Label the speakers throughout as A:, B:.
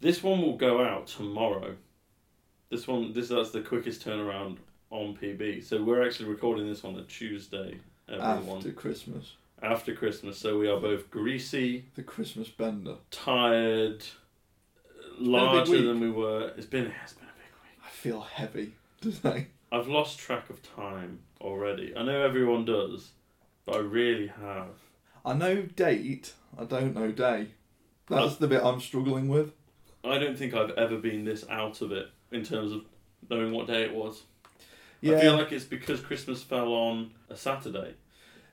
A: This one will go out tomorrow. This one, this that's the quickest turnaround on PB. So we're actually recording this on a Tuesday. Everyone
B: After Christmas,
A: after Christmas. So we are both greasy,
B: the Christmas bender.
A: tired,
B: a big
A: larger
B: week.
A: than we were. It's been it's been a big week.
B: I feel heavy today.
A: I've lost track of time already. I know everyone does, but I really have.
B: I know date. I don't know day. That's the bit I'm struggling with.
A: I don't think I've ever been this out of it in terms of knowing what day it was. I
B: Yeah,
A: feel like it's because Christmas fell on a Saturday.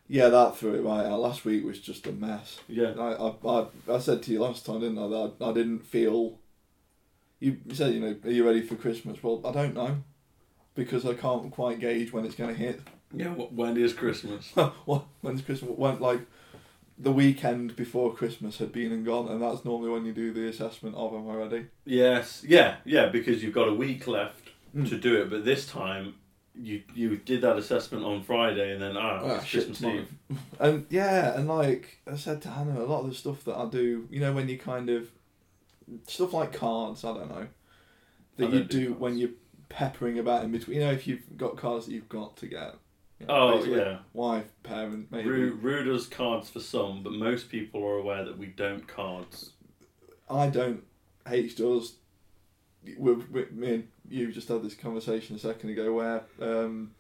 B: yeah, that threw it right out. Last week was just a mess.
A: Yeah.
B: I, I, I, I said to you last time, didn't I? That I, I didn't feel. You said, you know, are you ready for Christmas? Well, I don't know, because I can't quite gauge when it's going to hit.
A: Yeah. wh- When is Christmas?
B: What- When's Christmas? When like the weekend before Christmas had been and gone, and that's normally when you do the assessment of am I ready?
A: Yes. Yeah. Yeah. Because you've got a week left
B: Mm.
A: to do it, but this time you you did that assessment on Friday, and then ah,
B: Ah,
A: it's
B: shit,
A: Christmas
B: tomorrow.
A: Eve.
B: And yeah, and like I said to Hannah, a lot of the stuff that I do, you know, when you kind of stuff like cards, I don't know, that
A: I
B: you
A: don't do
B: do
A: cards.
B: when you're peppering about in between. You know, if you've got cards that you've got to get. you know,
A: Oh
B: basically,
A: yeah.
B: wife, parent, maybe.
A: Rue, Rue does cards for some, but most people are aware that we don't cards.
B: I don't. H does. We're, we me and you just had this conversation a second ago where um,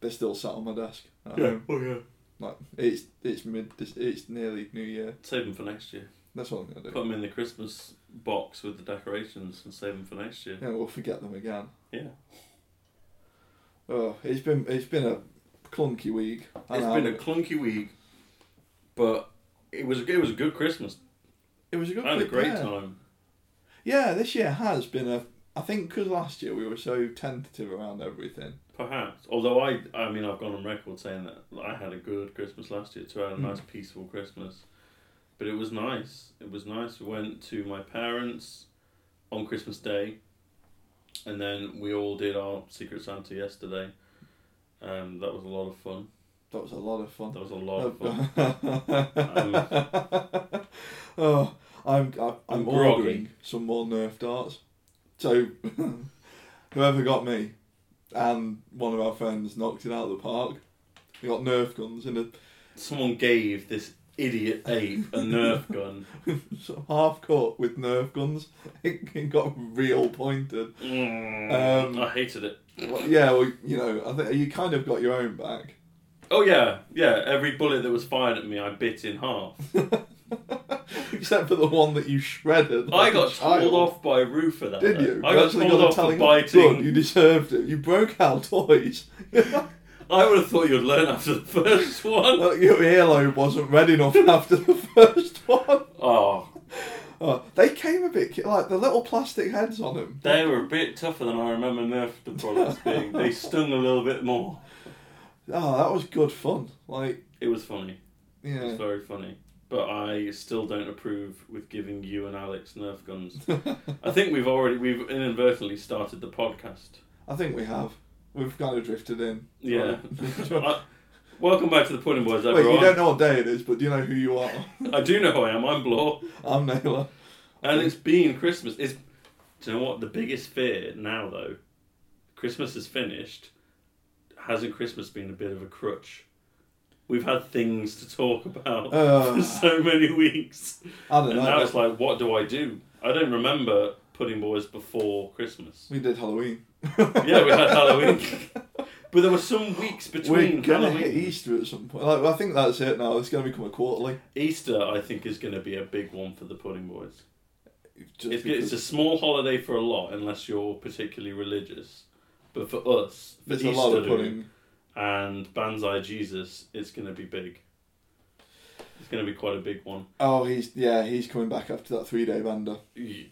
B: they're still sat on my desk. at home.
A: Oh yeah.
B: Like it's it's mid it's nearly New Year.
A: Save them for next year.
B: That's what I'm gonna do.
A: Put them in the Christmas box with the decorations and save them for next year.
B: Yeah, we'll forget them again.
A: Yeah.
B: Oh, it's been it's been a clunky week.
A: It's
B: And um,
A: been
B: I-
A: a clunky week, but it was it was a good Christmas.
B: it was a good
A: I had a
B: week,
A: great
B: yeah.
A: time.
B: Yeah, this year has been a. I think because last year we were so tentative around everything.
A: Perhaps, although I I mean I've gone on record saying that I had a good Christmas last year too. I had a
B: Mm.
A: nice peaceful Christmas, but it was nice. It was nice. We went to my parents on Christmas Day, and then we all did our Secret Santa yesterday. Um, that was a lot of fun.
B: That was a lot of fun.
A: That was a lot of fun. Um,
B: oh, I'm I'm,
A: I'm
B: I'm
A: groggy.
B: ordering some more Nerf darts. So, whoever got me, and one of our friends knocked it out of the park. We got Nerf guns in a
A: Someone gave this idiot ape a Nerf gun.
B: sort of half court with Nerf guns. It, it got real pointed.
A: Mm,
B: Um,
A: I hated it.
B: Well, yeah, well, you know, I think you kind of got your own back.
A: Oh yeah, yeah. Every bullet that was fired at me, I bit in half.
B: Except for the one that you shredded.
A: I
B: like a
A: got
B: child.
A: told off by Rue for that.
B: Did you?
A: I
B: You
A: got
B: actually
A: told
B: a
A: off for
B: telling
A: biting.
B: Good, you deserved it. You broke our toys.
A: I would have thought you'd learn after the first one.
B: Look, your earlobe wasn't red enough after the first one.
A: Oh,
B: Oh, they came a bit ki- like the little plastic heads on them.
A: they were a bit tougher than I remember Nerf the products being. They stung a little bit more.
B: Oh, that was good fun. Like,
A: It was funny. It was
B: yeah.
A: very funny. But I still don't approve with giving you and Alex Nerf guns. I think we've already we've inadvertently started the podcast.
B: I think we have. We've kind of drifted in.
A: Yeah.
B: Wait,
A: I- welcome back to the Pudding Boys, everyone.
B: you don't know what day it is, but do you know who you are?
A: I do know who I am. I'm Blore.
B: I'm Naylor.
A: And it's been Christmas. It's do you know what the biggest fear now though? Christmas is finished. Hasn't Christmas been a bit of a crutch? We've had things to talk about for
B: Uh,
A: so many weeks,
B: I don't
A: and
B: know.
A: now it's like, what do I do? I don't remember Pudding Boys before Christmas.
B: we did Halloween.
A: Yeah, we had Halloween, but there were some weeks between
B: We're gonna
A: Halloween.
B: hit Easter at some point. Like, I think that's it now. It's gonna become a quarterly.
A: Easter, I think, is going to be a big one for the Pudding Boys.
B: Just
A: It's,
B: because-
A: it's a small holiday for a lot, unless you're particularly religious. But for us, for
B: There's
A: Easter
B: a lot of pudding.
A: and Banzai Jesus, it's going to be big. It's going to be quite a big one.
B: Oh, he's yeah, he's coming back after that three day bender.
A: Y-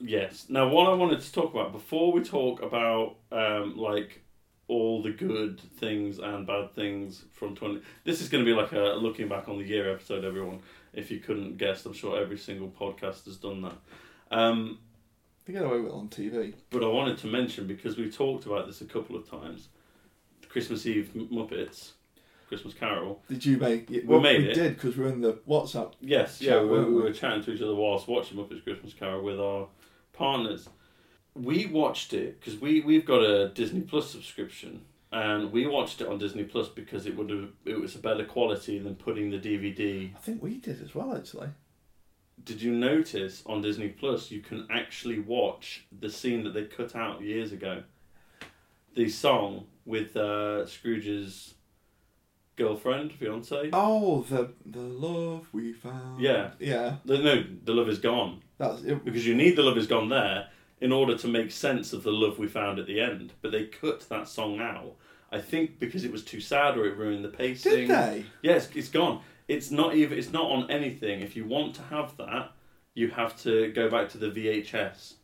A: Yes. Now, what I wanted to talk about before we talk about um, like all the good things and bad things from twenty. This is going to be like a looking back on the year episode. Everyone, if you couldn't guess, I'm sure every single podcast has done that. Um,
B: They get away with it on TV.
A: But I wanted to mention because we've talked about this a couple of times. Christmas Eve M- Muppets, Christmas Carol.
B: Did you make? It?
A: We made
B: we
A: it.
B: did because we're in the WhatsApp.
A: Yes,
B: Yeah,
A: yeah, we,
B: weren't
A: we
B: we?
A: were chatting to each other whilst watching Muppets Christmas Carol with our partners. We watched it because we we've got a Disney Plus subscription, and we watched it on Disney Plus because it would have it was a better quality than putting the DVD.
B: I think we did as well, actually.
A: Did you notice on Disney Plus you can actually watch the scene that they cut out years ago, the song with uh, Scrooge's girlfriend, fiance.
B: Oh, the the love we found.
A: Yeah.
B: Yeah.
A: The- No, the love is gone.
B: That's it.
A: because you need the love is gone there in order to make sense of the love we found at the end but they cut that song out i think because it was too sad or it ruined the pacing
B: Did they?
A: yes it's gone it's not even it's not on anything if you want to have that you have to go back to the vhs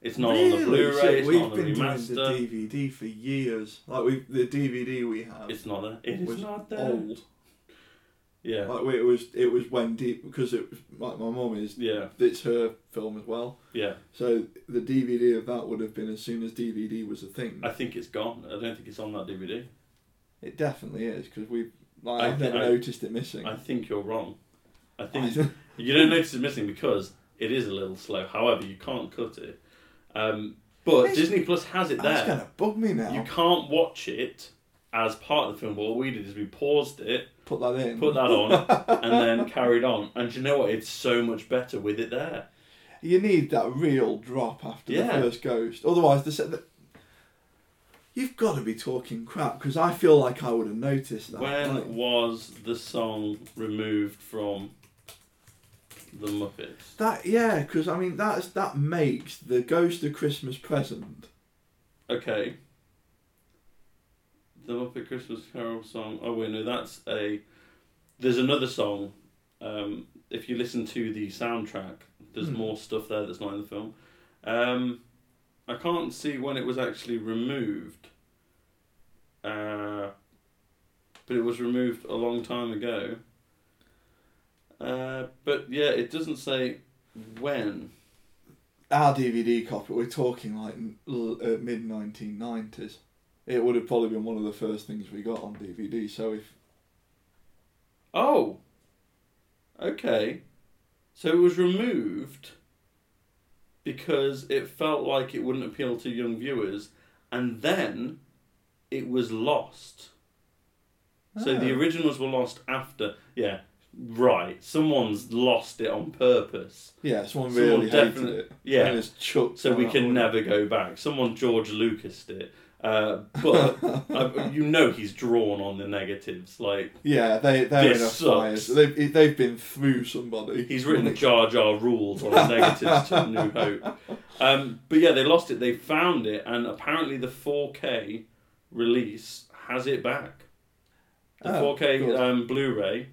A: it's not on the
B: Really?
A: blu-ray
B: Shit,
A: it's
B: we've
A: not on the
B: been
A: remaster
B: doing the DVD for years. Like we, the DVD we have
A: it's not there it
B: was
A: is not there
B: old.
A: yeah
B: Like we, it was, it was when deep because it was like my mum is.
A: yeah
B: It's her film as well.
A: yeah
B: So the DVD of that would have been as soon as DVD was a thing.
A: i think it's gone i don't think it's on that dvd
B: It definitely is because we. Like,
A: I
B: I've
A: think
B: never
A: I-
B: noticed it missing.
A: i think you're wrong i think You don't notice it's missing because it is a little slow. However, you can't cut it. Um, but
B: It's-
A: Disney Plus has it
B: That's
A: there.
B: gonna bug me now.
A: You can't watch it as part of the film. But what we did is we paused it,
B: Put that in.
A: put that on, and then carried on. And do you know what? It's so much better with it there.
B: You need that real drop after
A: Yeah.
B: the first ghost. Otherwise, the set that you've got to be talking crap because I feel like I would have noticed that. Like,
A: When was the song removed from the Muppets?
B: that yeah, because I mean that's that makes the Ghost of Christmas Present.
A: Okay. The Muppet Christmas Carol song. Oh wait, no, that's a. There's another song. Um, if you listen to the soundtrack, there's
B: Hmm.
A: more stuff there that's not in the film. Um, I can't see when it was actually removed. Uh, but it was removed a long time ago. Uh, but yeah, it doesn't say when.
B: Our DVD copy, we're talking like mid nineteen nineties. It would have probably been one of the first things we got on DVD. So if
A: Oh. Okay. So it was removed because it felt like it wouldn't appeal to young viewers, and then it was lost. So the
B: Oh.
A: originals were lost after. Yeah, right. Someone's lost it on purpose.
B: yeah, someone
A: Someone
B: really hated
A: definitely-
B: it.
A: Yeah.
B: and it's chucked.
A: So
B: on
A: we
B: that
A: can
B: one.
A: never go back. Someone George Lucas did. Uh, but I, you know he's drawn on the negatives. Like
B: Yeah, they they're
A: This
B: in a
A: sucks.
B: fire. So they've they've been through somebody.
A: He's written Jar Jar rules on the negatives to New Hope. Um, but yeah, they lost it. They found it, and apparently the 4K release has it back. The
B: Oh,
A: 4K
B: good.
A: um, Blu-ray.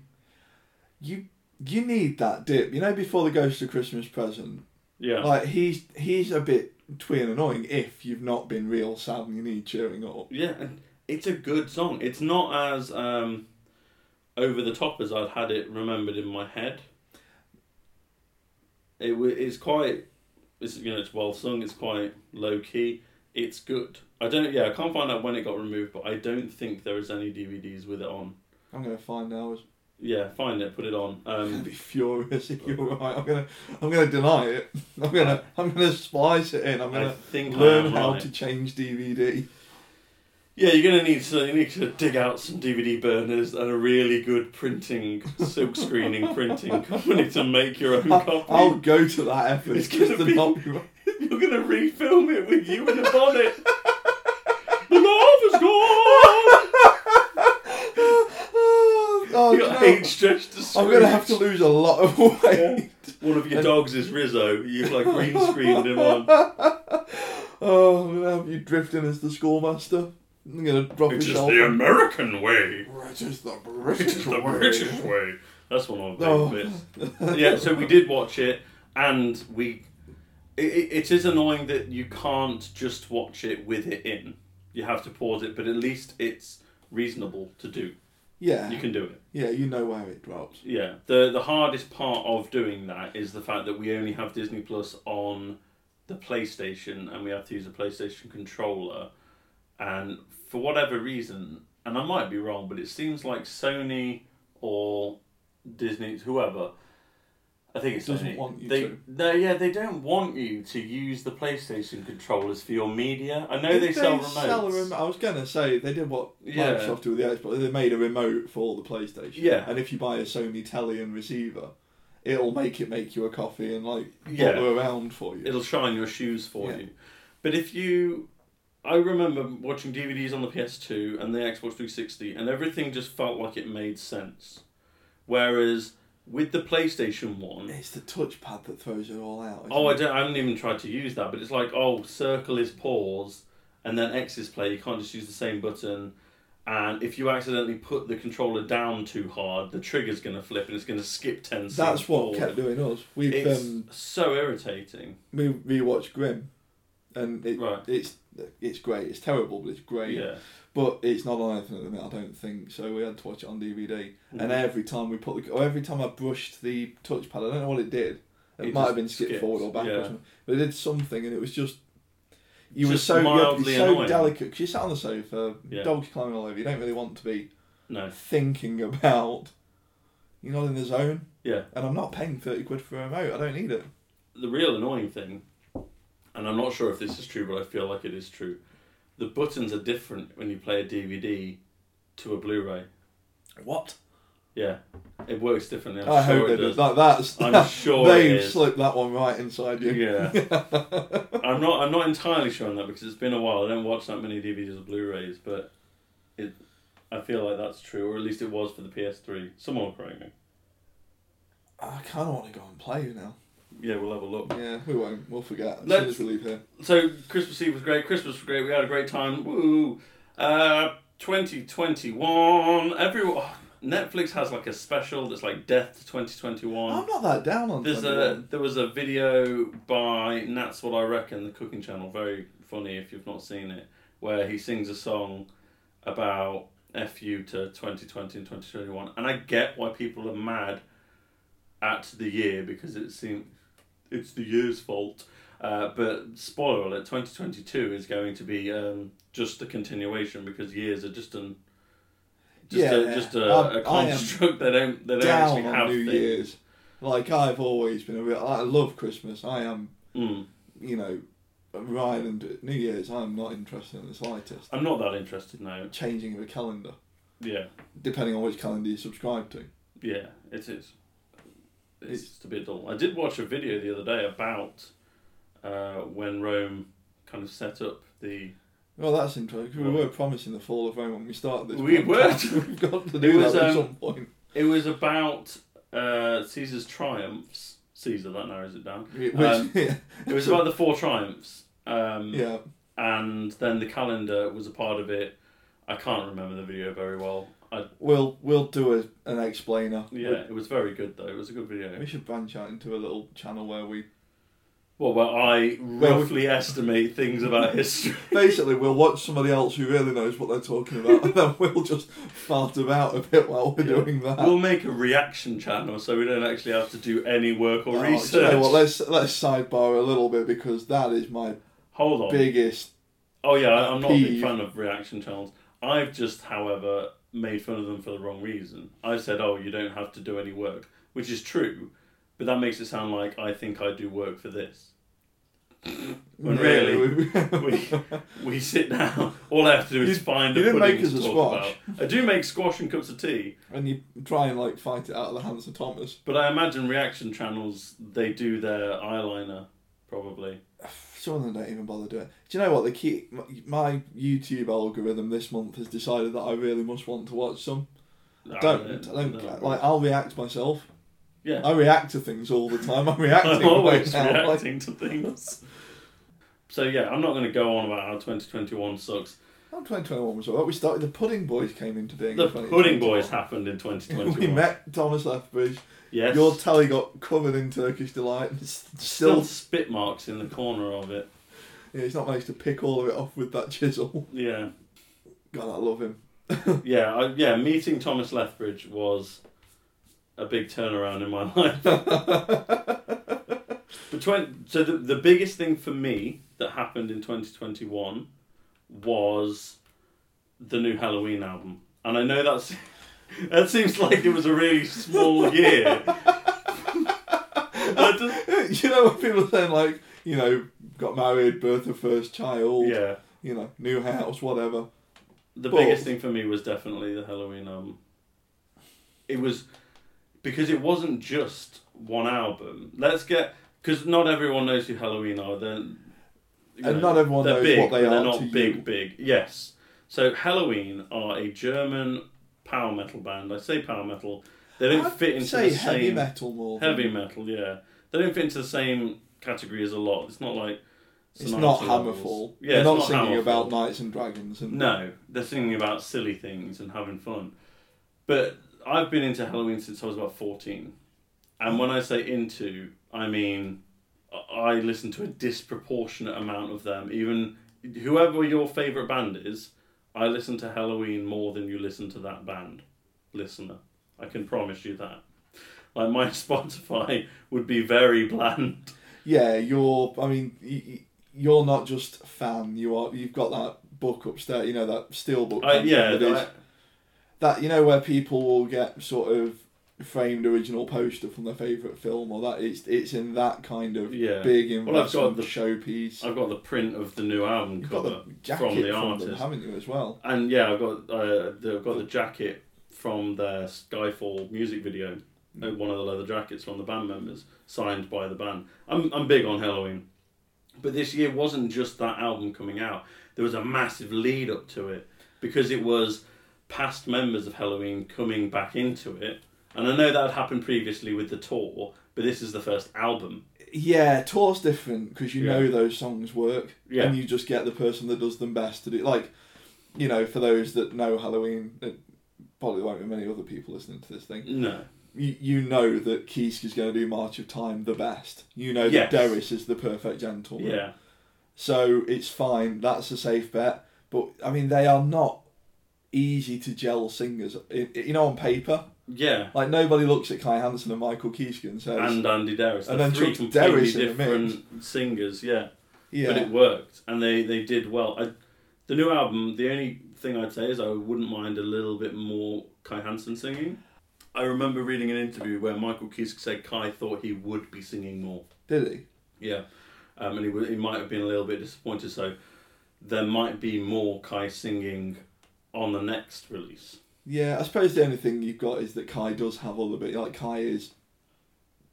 B: you you need that dip. You know, before the Ghost of Christmas Present,
A: Yeah,
B: like he's he's a bit twee and annoying if you've not been real sad and you need cheering up.
A: yeah, and it's a good song. It's not as um, over the top as I'd had it remembered in my head. It wa- it's quite, it's you know, it's well sung. It's quite low key. It's good. I don't. Yeah, I can't find out when it got removed, but I don't think there is any DVDs with it on.
B: I'm gonna find out.
A: Yeah, find it, put it on.
B: I'm gonna
A: Um,
B: be furious if you're right. I'm gonna I'm gonna deny it. I'm gonna I'm gonna splice it in. I'm
A: I
B: gonna
A: think I
B: learn
A: am
B: how
A: right.
B: to change DVD.
A: Yeah, you're gonna need to you need to dig out some DVD burners and a really good printing, silk screening printing company to make your own copy.
B: I'll go to that effort.
A: It's
B: just
A: gonna
B: to
A: be-
B: not be right.
A: You're gonna refilm it with you in a bonnet. the love is gone.
B: oh, oh,
A: you
B: do you
A: got
B: know-
A: eight stretched to
B: I'm gonna have to lose a lot of weight.
A: Yeah. One of your dogs is Rizzo. You've like green screened him on.
B: Oh, I'm gonna have you drifting as the schoolmaster. I'm gonna drop
A: It
B: his
A: is
B: shoulder.
A: the American way.
B: British is the
A: It is
B: British
A: the
B: way.
A: British way. That's one of my
B: Oh.
A: favourite bits. yeah, so we did watch it, and we. It, it- it is annoying that you can't just watch it with it in. You have to pause it, but at least it's reasonable to do.
B: Yeah,
A: You can do it.
B: yeah, you know where it drops.
A: Yeah. The the hardest part of doing that is the fact that we only have Disney Plus on the PlayStation, and we have to use a PlayStation controller. And for whatever reason, and I might be wrong, but it seems like Sony or Disney, whoever, I think it's
B: Doesn't
A: Sony.
B: want you
A: they,
B: to.
A: No, yeah, they don't want you to use the PlayStation controllers for your media. I know
B: Did
A: they, sell remotes.
B: sell a remo- I was gonna say they did what
A: Yeah.
B: Microsoft did with the Xbox. They made a remote for the PlayStation.
A: Yeah.
B: And if you buy a Sony telly and receiver, it'll make it make you a coffee and like
A: Yeah.
B: bother around for you.
A: It'll shine your shoes for
B: Yeah.
A: you. But if you, I remember watching DVDs on the PS2 and the Xbox 360, and everything just felt like it made sense. Whereas with the PlayStation One,
B: It's the touchpad that throws it all out. isn't
A: oh, I
B: it?
A: don't, I haven't even tried to use that, but it's like, oh, circle is pause, and then X is play. You can't just use the same button. And if you accidentally put the controller down too hard, the trigger's gonna flip and it's gonna skip ten seconds.
B: That's what
A: forward.
B: kept doing us. We've
A: It's
B: um,
A: so irritating.
B: we rewatched Grimm, and it,
A: Right.
B: it's it's great. It's terrible, but it's great.
A: Yeah.
B: But it's not on anything at the minute, I don't think. So we had to watch it on DVD. And
A: Mhm.
B: every time we put the, or every time I brushed the touchpad, I don't know what it did. It,
A: It
B: might have
A: just
B: been skipped,
A: skipped,
B: forward or backwards,
A: yeah.
B: or something. but it did something, and it was just. You
A: Just
B: were so you had to
A: mildly
B: be so
A: annoying.
B: delicate because you sat on the sofa,
A: Yeah.
B: dogs climbing all over. You don't really want to be
A: No.
B: thinking about. You're not in the zone,
A: Yeah.
B: and I'm not paying thirty quid for a remote. I don't need it.
A: the real annoying thing, and I'm not sure if this is true, but I feel like it is true. The buttons are different when you play a DVD to a Blu-ray.
B: What?
A: Yeah, it works differently. I'm
B: i
A: sure
B: hope
A: it
B: they
A: does.
B: did. Like, that's
A: I'm sure
B: they
A: it is.
B: slipped that one right inside you.
A: Yeah, I'm not. I'm not entirely sure on that because it's been a while. I don't watch that many DVDs or Blu-rays, but it. I feel like that's true, or at least it was for the PS3. Someone will correct me.
B: I kind of want to go and play now.
A: Yeah, we'll have a look.
B: Yeah, we won't. We'll forget. As
A: Let's-
B: soon as we leave here.
A: So Christmas Eve was great. Christmas was great. We had a great time. Woo! Uh, 2021. Every oh, Netflix has like a special that's like Death to 2021.
B: I'm not that down on
A: There's a
B: 21.
A: there was a video by Nat's What I Reckon, the cooking channel. Very funny if you've not seen it, where he sings a song about fu to 2020 and 2021. And I get why people are mad at the year because it seems it's the year's fault. Uh, but spoiler alert: 2022 is going to be um, just a continuation because years are just an just
B: Yeah,
A: a, just a,
B: I'm-
A: a
B: I am
A: construct. They don't they don't actually
B: down on
A: have
B: New
A: things.
B: Year's. Like I've always been a real. I love Christmas. I am,
A: Mm.
B: you know, Ryan and New Year's. I'm not interested in the slightest.
A: I'm not that interested now.
B: Changing of a calendar,
A: Yeah,
B: depending on which calendar you subscribe to.
A: yeah, it is. It's,
B: It's-
A: just a bit dull. I did watch a video the other day about uh, when Rome kind of set up the.
B: Well, that's interesting. 'cause we were promising the fall of Rome when we started this.
A: We
B: podcast.
A: were.
B: We've got to
A: It
B: do
A: was,
B: that at
A: um,
B: some point.
A: It was about uh, Caesar's triumphs. Caesar, that narrows it down.
B: Which,
A: um,
B: yeah,
A: It was about the four triumphs. Um,
B: yeah.
A: And then the calendar was a part of it. I can't remember the video very well. I,
B: We'll we'll do a, an explainer.
A: yeah, it was very good though. It was a good video.
B: We should branch out into a little channel where we
A: Well, where I
B: Well, we-
A: roughly estimate things about history.
B: basically we'll watch somebody else who really knows what they're talking about, and then we'll just fart about a bit while we're
A: Yeah.
B: doing that.
A: We'll make a reaction channel so we don't actually have to do any work or
B: Oh, do you
A: research.
B: know what? Let's let's sidebar a little bit because that is my
A: Hold on.
B: biggest.
A: oh yeah, I- I'm not a big
B: peeve.
A: fan of reaction channels. I've just, however, made fun of them for the wrong reason. I said, "Oh, you don't have to do any work," which is true, but that makes it sound like I think I do work for this. When
B: Yeah,
A: really,
B: we-
A: we we sit down. All I have to do is find
B: you
A: a
B: didn't
A: pudding
B: make us
A: to
B: a
A: talk
B: squash.
A: about. I do make squash and cups of tea,
B: and you try and like fight it out of the hands of Thomas.
A: but I imagine reaction channels they do their eyeliner probably.
B: Some of them don't even bother doing. it. Do you know what the key? my- My YouTube algorithm this month has decided that I really must want to watch some. Don't I don't
A: No.
B: like. I'll react myself.
A: Yeah.
B: I react to things all the time. I'm reacting.
A: I'm always
B: right now. Like,
A: reacting to things. So yeah, I'm not going to go on about how 2021 sucks.
B: oh, 2021 was alright. We started. The Pudding Boys came into being.
A: The
B: in 2021.
A: Pudding Boys happened in
B: We
A: 2021.
B: met Thomas Lethbridge.
A: yes,
B: Your telly got covered in Turkish delight. and s-
A: still
B: Still,
A: spit marks in the corner of it.
B: yeah, he's not managed to pick all of it off with that chisel.
A: Yeah,
B: God, I love him.
A: yeah, I, yeah. Meeting Thomas Lethbridge was a big turnaround in my life. but 20, so the, the biggest thing for me that happened in 2021 was the new Halloween album, and I know that's that seems like it was a really small year.
B: you know when people are saying like, you know, got married, birth of first child,
A: Yeah.
B: you know, new house, whatever.
A: The
B: But-
A: biggest thing for me was definitely the Halloween album. It was because it wasn't just one album. Let's get because not everyone knows who Halloween are. They're you
B: And not everyone
A: they're
B: knows
A: big,
B: what they
A: but They're
B: are
A: not
B: to you.
A: big, big. Yes. So Halloween are a German power metal band. I say power metal. They don't
B: I'd
A: fit into
B: say
A: the
B: heavy
A: same
B: metal more. than-
A: heavy metal. Yeah, they don't fit into the same category as a lot. It's not like
B: It's not
A: Sinatra levels.
B: Hammerfall.
A: Yeah,
B: They're
A: it's
B: not,
A: not
B: singing
A: Hammerfall.
B: about knights and dragons and
A: No, they're singing about silly things and having fun. But I've been into Halloween since I was about 14. And when I say into, I mean I- I listen to a disproportionate amount of them. Even whoever your favourite band is, I listen to Halloween more than you listen to that band, listener. I can promise you that. Like my Spotify would be very bland.
B: Yeah, you're. I mean, y- y- you're not just fan. You are. You've got that book upstairs. You know that steel book.
A: I,
B: kind of
A: Uh, yeah,
B: thing that is-
A: I-
B: that you know where people will get sort of framed original poster from their favorite film or that. It's it's in that kind of
A: Yeah.
B: big
A: Well, I've
B: investment
A: got the-
B: showpiece.
A: I've got the print of the new album
B: You've got
A: cover
B: the jacket
A: from the
B: from
A: artist.
B: them, haven't you as well?
A: And yeah, I've got uh, the- I've got the jacket from their Skyfall music video.
B: Mm.
A: Uh, One of the leather jackets from the band members, signed by the band. I'm I'm big on Halloween, but this year wasn't just that album coming out. There was a massive lead up to it because it was past members of Halloween coming back into it. And I know that had happened previously with the tour, but this is the first album.
B: Yeah, tour's different because you
A: Yeah.
B: know those songs work,
A: Yeah.
B: and you just get the person that does them best to do. Like, you know, for those that know Halloween, it probably won't be many other people listening to this thing.
A: No,
B: You, you know that Keesk is going to do March of Time the best. You know
A: Yes.
B: that Deris is the perfect gentleman.
A: yeah,
B: So it's fine. That's a safe bet. But I mean, they are not easy to gel singers. I i you know, on paper,
A: yeah.
B: like nobody looks at Kai Hansen and Michael Keesk and says,
A: and Andy Derris.
B: And
A: They're
B: then
A: three
B: Chuck
A: completely
B: Derris in the mix.
A: different singers, yeah.
B: "Yeah,
A: But it worked, and they, they did well. I, the new album, the only thing I'd say is I wouldn't mind a little bit more Kai Hansen singing. I remember reading an interview where Michael Kiske said Kai thought he would be singing more.
B: did he?"
A: Yeah, um, and he, w- he might have been a little bit disappointed. So there might be more Kai singing on the next release.
B: Yeah, I suppose the only thing you've got is that Kai does have all the bit. Like Kai is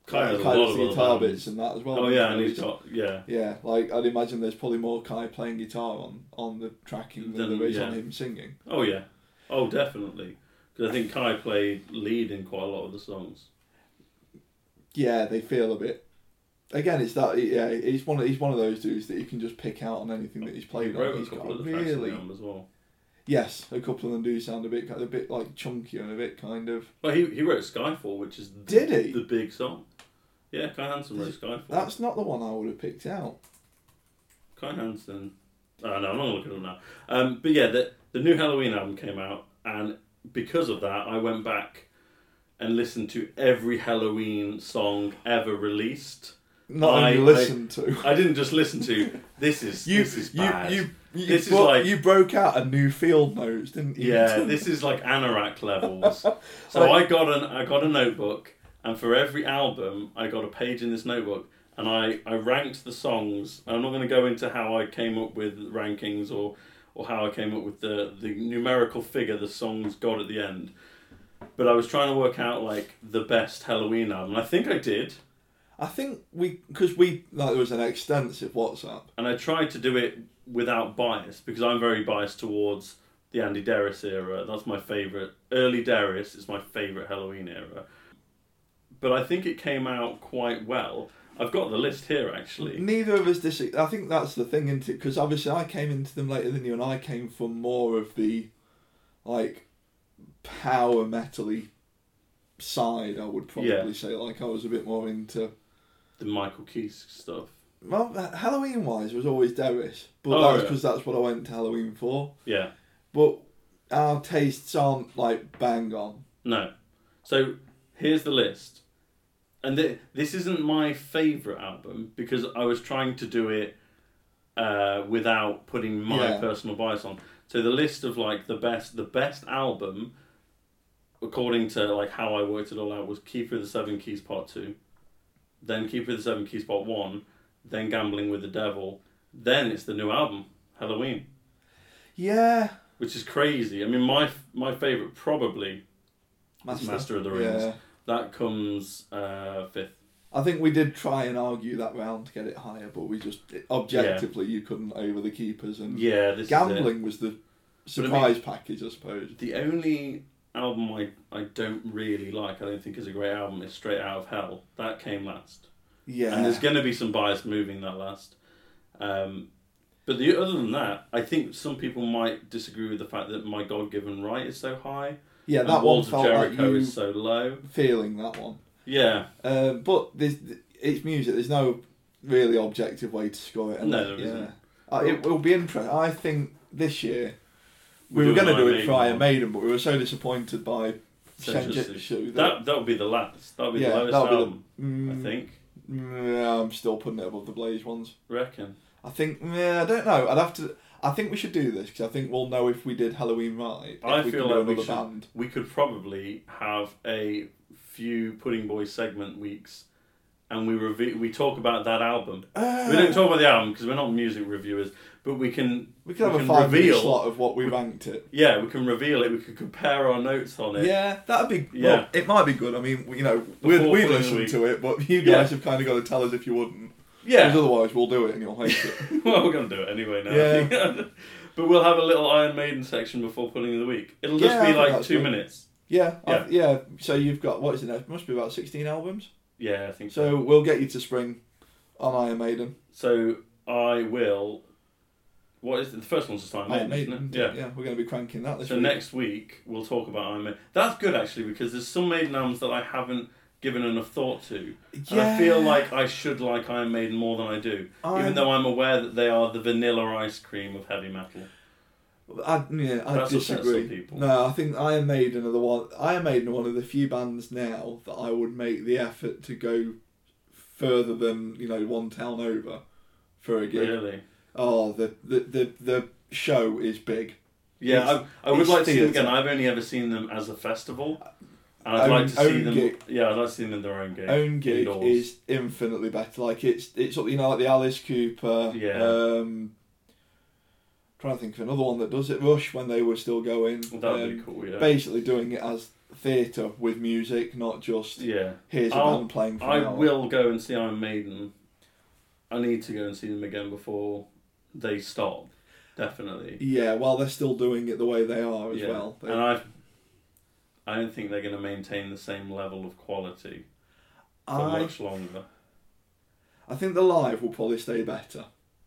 A: Kai has a
B: Kai
A: lot
B: does
A: of
B: the
A: other
B: guitar
A: albums.
B: bits and that as well.
A: Oh yeah, and
B: Which-
A: he's got yeah.
B: Yeah, like I'd imagine there's probably more Kai playing guitar on on the tracking than
A: Than-
B: there is
A: yeah.
B: on him singing.
A: Oh yeah, oh definitely. Because I think Kai played lead in quite a lot of the songs.
B: Yeah, they feel a bit. Again, it's that yeah. He's one. Of, he's one of those dudes that you can just pick out on anything that he's
A: He
B: played
A: wrote
B: on.
A: a
B: He's got
A: couple
B: a
A: of the tracks on the
B: really
A: album as well.
B: yes. A couple of them do sound a bit a bit like chunky and a bit kind of.
A: Well, he he wrote Skyfall, which is the,
B: Did he?
A: the big song. Yeah, Kai Hansen
B: Did
A: wrote Skyfall.
B: That's not the one I would have picked out.
A: Kai Hansen. Oh, no, I'm not looking at it now. Um, but yeah, the the new Halloween album came out, and because of that, I went back and listened to every Halloween song ever released.
B: Not
A: I-
B: only listened to.
A: I didn't just listen to this is this is bad.
B: You, you,
A: This is
B: bro-
A: like-
B: you broke out a new field notes, didn't you?
A: Yeah, this is like anorak levels. So I
B: Like-
A: got an I got a notebook, and for every album, I got a page in this notebook, and I I ranked the songs. I'm not going to go into how I came up with rankings or or how I came up with the the numerical figure the songs got at the end. But I was trying to work out like the best Halloween album. and I think I did,
B: I think we because we like there was an extensive WhatsApp.
A: and I tried to do it without bias because I'm very biased towards the Andy Derris era. That's my favorite. Early Derris is my favorite Halloween era. But I think it came out quite well. I've got the list here actually.
B: Neither of us dis. I think that's the thing, isn't it? Because obviously I came into them later than you, and I came from more of the, like, power metally side. I would probably
A: Yeah.
B: say like I was a bit more into.
A: The Michael Keese stuff.
B: Well, Halloween wise was always Derris, but
A: Oh,
B: that was
A: yeah.
B: because that's what I went to Halloween for.
A: Yeah.
B: But our tastes aren't like bang on.
A: No. So here's the list. And th- this isn't my favorite album because I was trying to do it uh, without putting my
B: Yeah.
A: personal bias on. So the list of like the best the best album according to like how I worked it all out was Key Through the Seven Keys Part 2. then Keeper of the Seven Keys Part One, then Gambling with the Devil, then it's the new album Halloween,
B: Yeah.
A: which is crazy. I mean, my my favorite probably is Master of the Rings.
B: Yeah.
A: That comes uh, fifth.
B: I think we did try and argue that round to get it higher, but we just objectively you couldn't over the keepers and
A: Yeah, this is it.
B: gambling was the surprise
A: I
B: package, I suppose.
A: The only album I, I don't really like, I don't think is a great album, is Straight Out of Hell. That came last.
B: Yeah.
A: And there's going to be some bias moving that last. Um, but the other than that, I think some people might disagree with the fact that my God Given Right is so high.
B: yeah,
A: and
B: that one
A: Walls
B: felt
A: of
B: like
A: Jericho
B: you
A: is so low.
B: feeling that one.
A: Yeah,
B: Uh, but there's it's music. There's no really objective way to score it. and
A: No, there
B: yeah.
A: isn't.
B: Uh, it will be interesting. I think this year we
A: We're
B: were
A: doing
B: going to do
A: Iron
B: it for
A: Maiden
B: Iron
A: one.
B: Maiden, but we were so disappointed by Shenjitsu.
A: Senjutsu.
B: that-
A: That that would be the last. That would be
B: Yeah,
A: the lowest
B: that'll be the-
A: album,
B: Mm,
A: I think.
B: mm, I'm still putting it above the Blaze ones.
A: Reckon.
B: I think. mm, I don't know. I'd have to. I think we should do this because I think we'll know if we did Halloween right. If
A: I
B: we
A: feel
B: can do
A: like we
B: another
A: should-
B: band.
A: We could probably have a few Pudding Boy segment weeks, and we review. We talk about that album. We don't talk about the album because we're not music reviewers, but we can.
B: we could have
A: we can
B: a five minute
A: reveal-
B: slot of what we ranked it.
A: Yeah, we can reveal it. We can compare our notes on it.
B: Yeah, that'd be.
A: Yeah.
B: Well, it might be good. I mean, you know, we
A: Before
B: we
A: Blue
B: listen
A: Week.
B: to it, but you guys
A: Yeah.
B: have kind of got to tell us if you wouldn't.
A: Yeah.
B: Because otherwise, we'll do it and you'll hate it.
A: well, we're gonna do it anyway now. but we'll have a little Iron Maiden section before Pudding of the Week. It'll
B: Yeah,
A: just
B: I
A: be
B: think
A: like
B: that's
A: two
B: good.
A: minutes.
B: Yeah, yeah. yeah. So you've got what is it? Now? Must be about sixteen albums.
A: Yeah, I think so.
B: So we'll get you to spring on Iron Maiden.
A: So I will. What is it? the first one's just Iron Maiden, isn't it? Yeah.
B: yeah. We're going to be cranking that this
A: So
B: week.
A: next week we'll talk about Iron Maiden. That's good actually because there's some Maiden albums that I haven't given enough thought to, and I feel
B: Yeah.
A: like I should like Iron Maiden more than I do,
B: Iron-
A: even though I'm aware that they are the vanilla ice cream of heavy metal.
B: I, yeah, I
A: That's upset some
B: disagree.
A: people.
B: No, I think Iron Maiden are the one. Iron Maiden are one of the few bands now that I would make the effort to go further than you know one town over for a gig.
A: Really.
B: Oh, the the the, the show is big.
A: Yeah,
B: It's-
A: I, I would
B: it's
A: like to see them
B: theatre.
A: again. I've only ever seen them as a festival, and I'd
B: Own-
A: like to see
B: own
A: them.
B: gig.
A: Yeah, I'd like to see them in their own gig.
B: Own gig
A: indoors.
B: is infinitely better. Like it's it's you know like the Alice Cooper.
A: Yeah.
B: Um, trying to think of another one that does it. Rush when they were still going.
A: Well, that would
B: um,
A: be cool. Yeah.
B: Basically doing it as theatre with music, not just
A: yeah.
B: here's a
A: I'll-
B: band playing. For an
A: I
B: hour.
A: will go and see Iron Maiden. I need to go and see them again before they stop. Definitely.
B: Yeah, while they're still doing it the way they are as
A: yeah.
B: well. They-
A: And I, I don't think they're going to maintain the same level of quality for
B: I,
A: much longer.
B: I think the live will probably stay better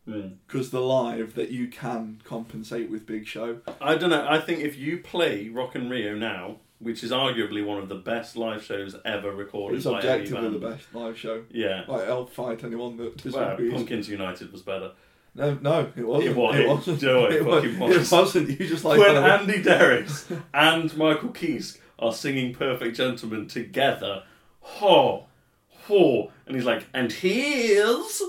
A: Mm.
B: because the live that you can compensate with big show.
A: I don't know. I think if you play Rock and Rio now, which is arguably one of the best live shows ever recorded,
B: It's
A: by any
B: objectively
A: band,
B: the best live show.
A: Yeah.
B: Like, I'll fight anyone that
A: Well,
B: disagrees.
A: Pumpkins United was better.
B: no, no, it wasn't.
A: It was.
B: wasn't.
A: No, it
B: wa-
A: fucking was.
B: It wasn't. You just like
A: when
B: well,
A: Andy Derricks and Michael Keask are singing Perfect Gentleman together, ho, ho, and he's like, and here's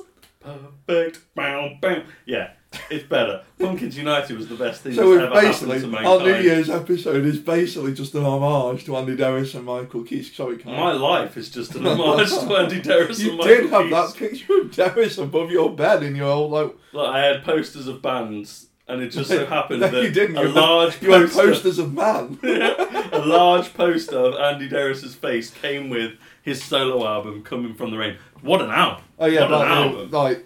A: perfect, bow, bow. Yeah, it's better. Pumpkins United was the best thing
B: So
A: that's
B: it's
A: ever happened to
B: basically our New
A: mankind.
B: Year's episode is basically just an homage to Andy Derris and Michael Keats. Sorry, Kyle.
A: My life is just an homage to Andy Derricks
B: you
A: and Michael
B: did have
A: Keask.
B: that picture of Derris above your bed in your old like.
A: Look, I had posters of bands, and it just so happened
B: no,
A: that
B: you didn't.
A: a
B: you
A: large
B: had, you had
A: poster
B: posters of man.
A: a large poster of Andy Derris's face came with his solo album "Coming from the Rain." What an album!
B: Oh yeah,
A: what an
B: that,
A: album!
B: like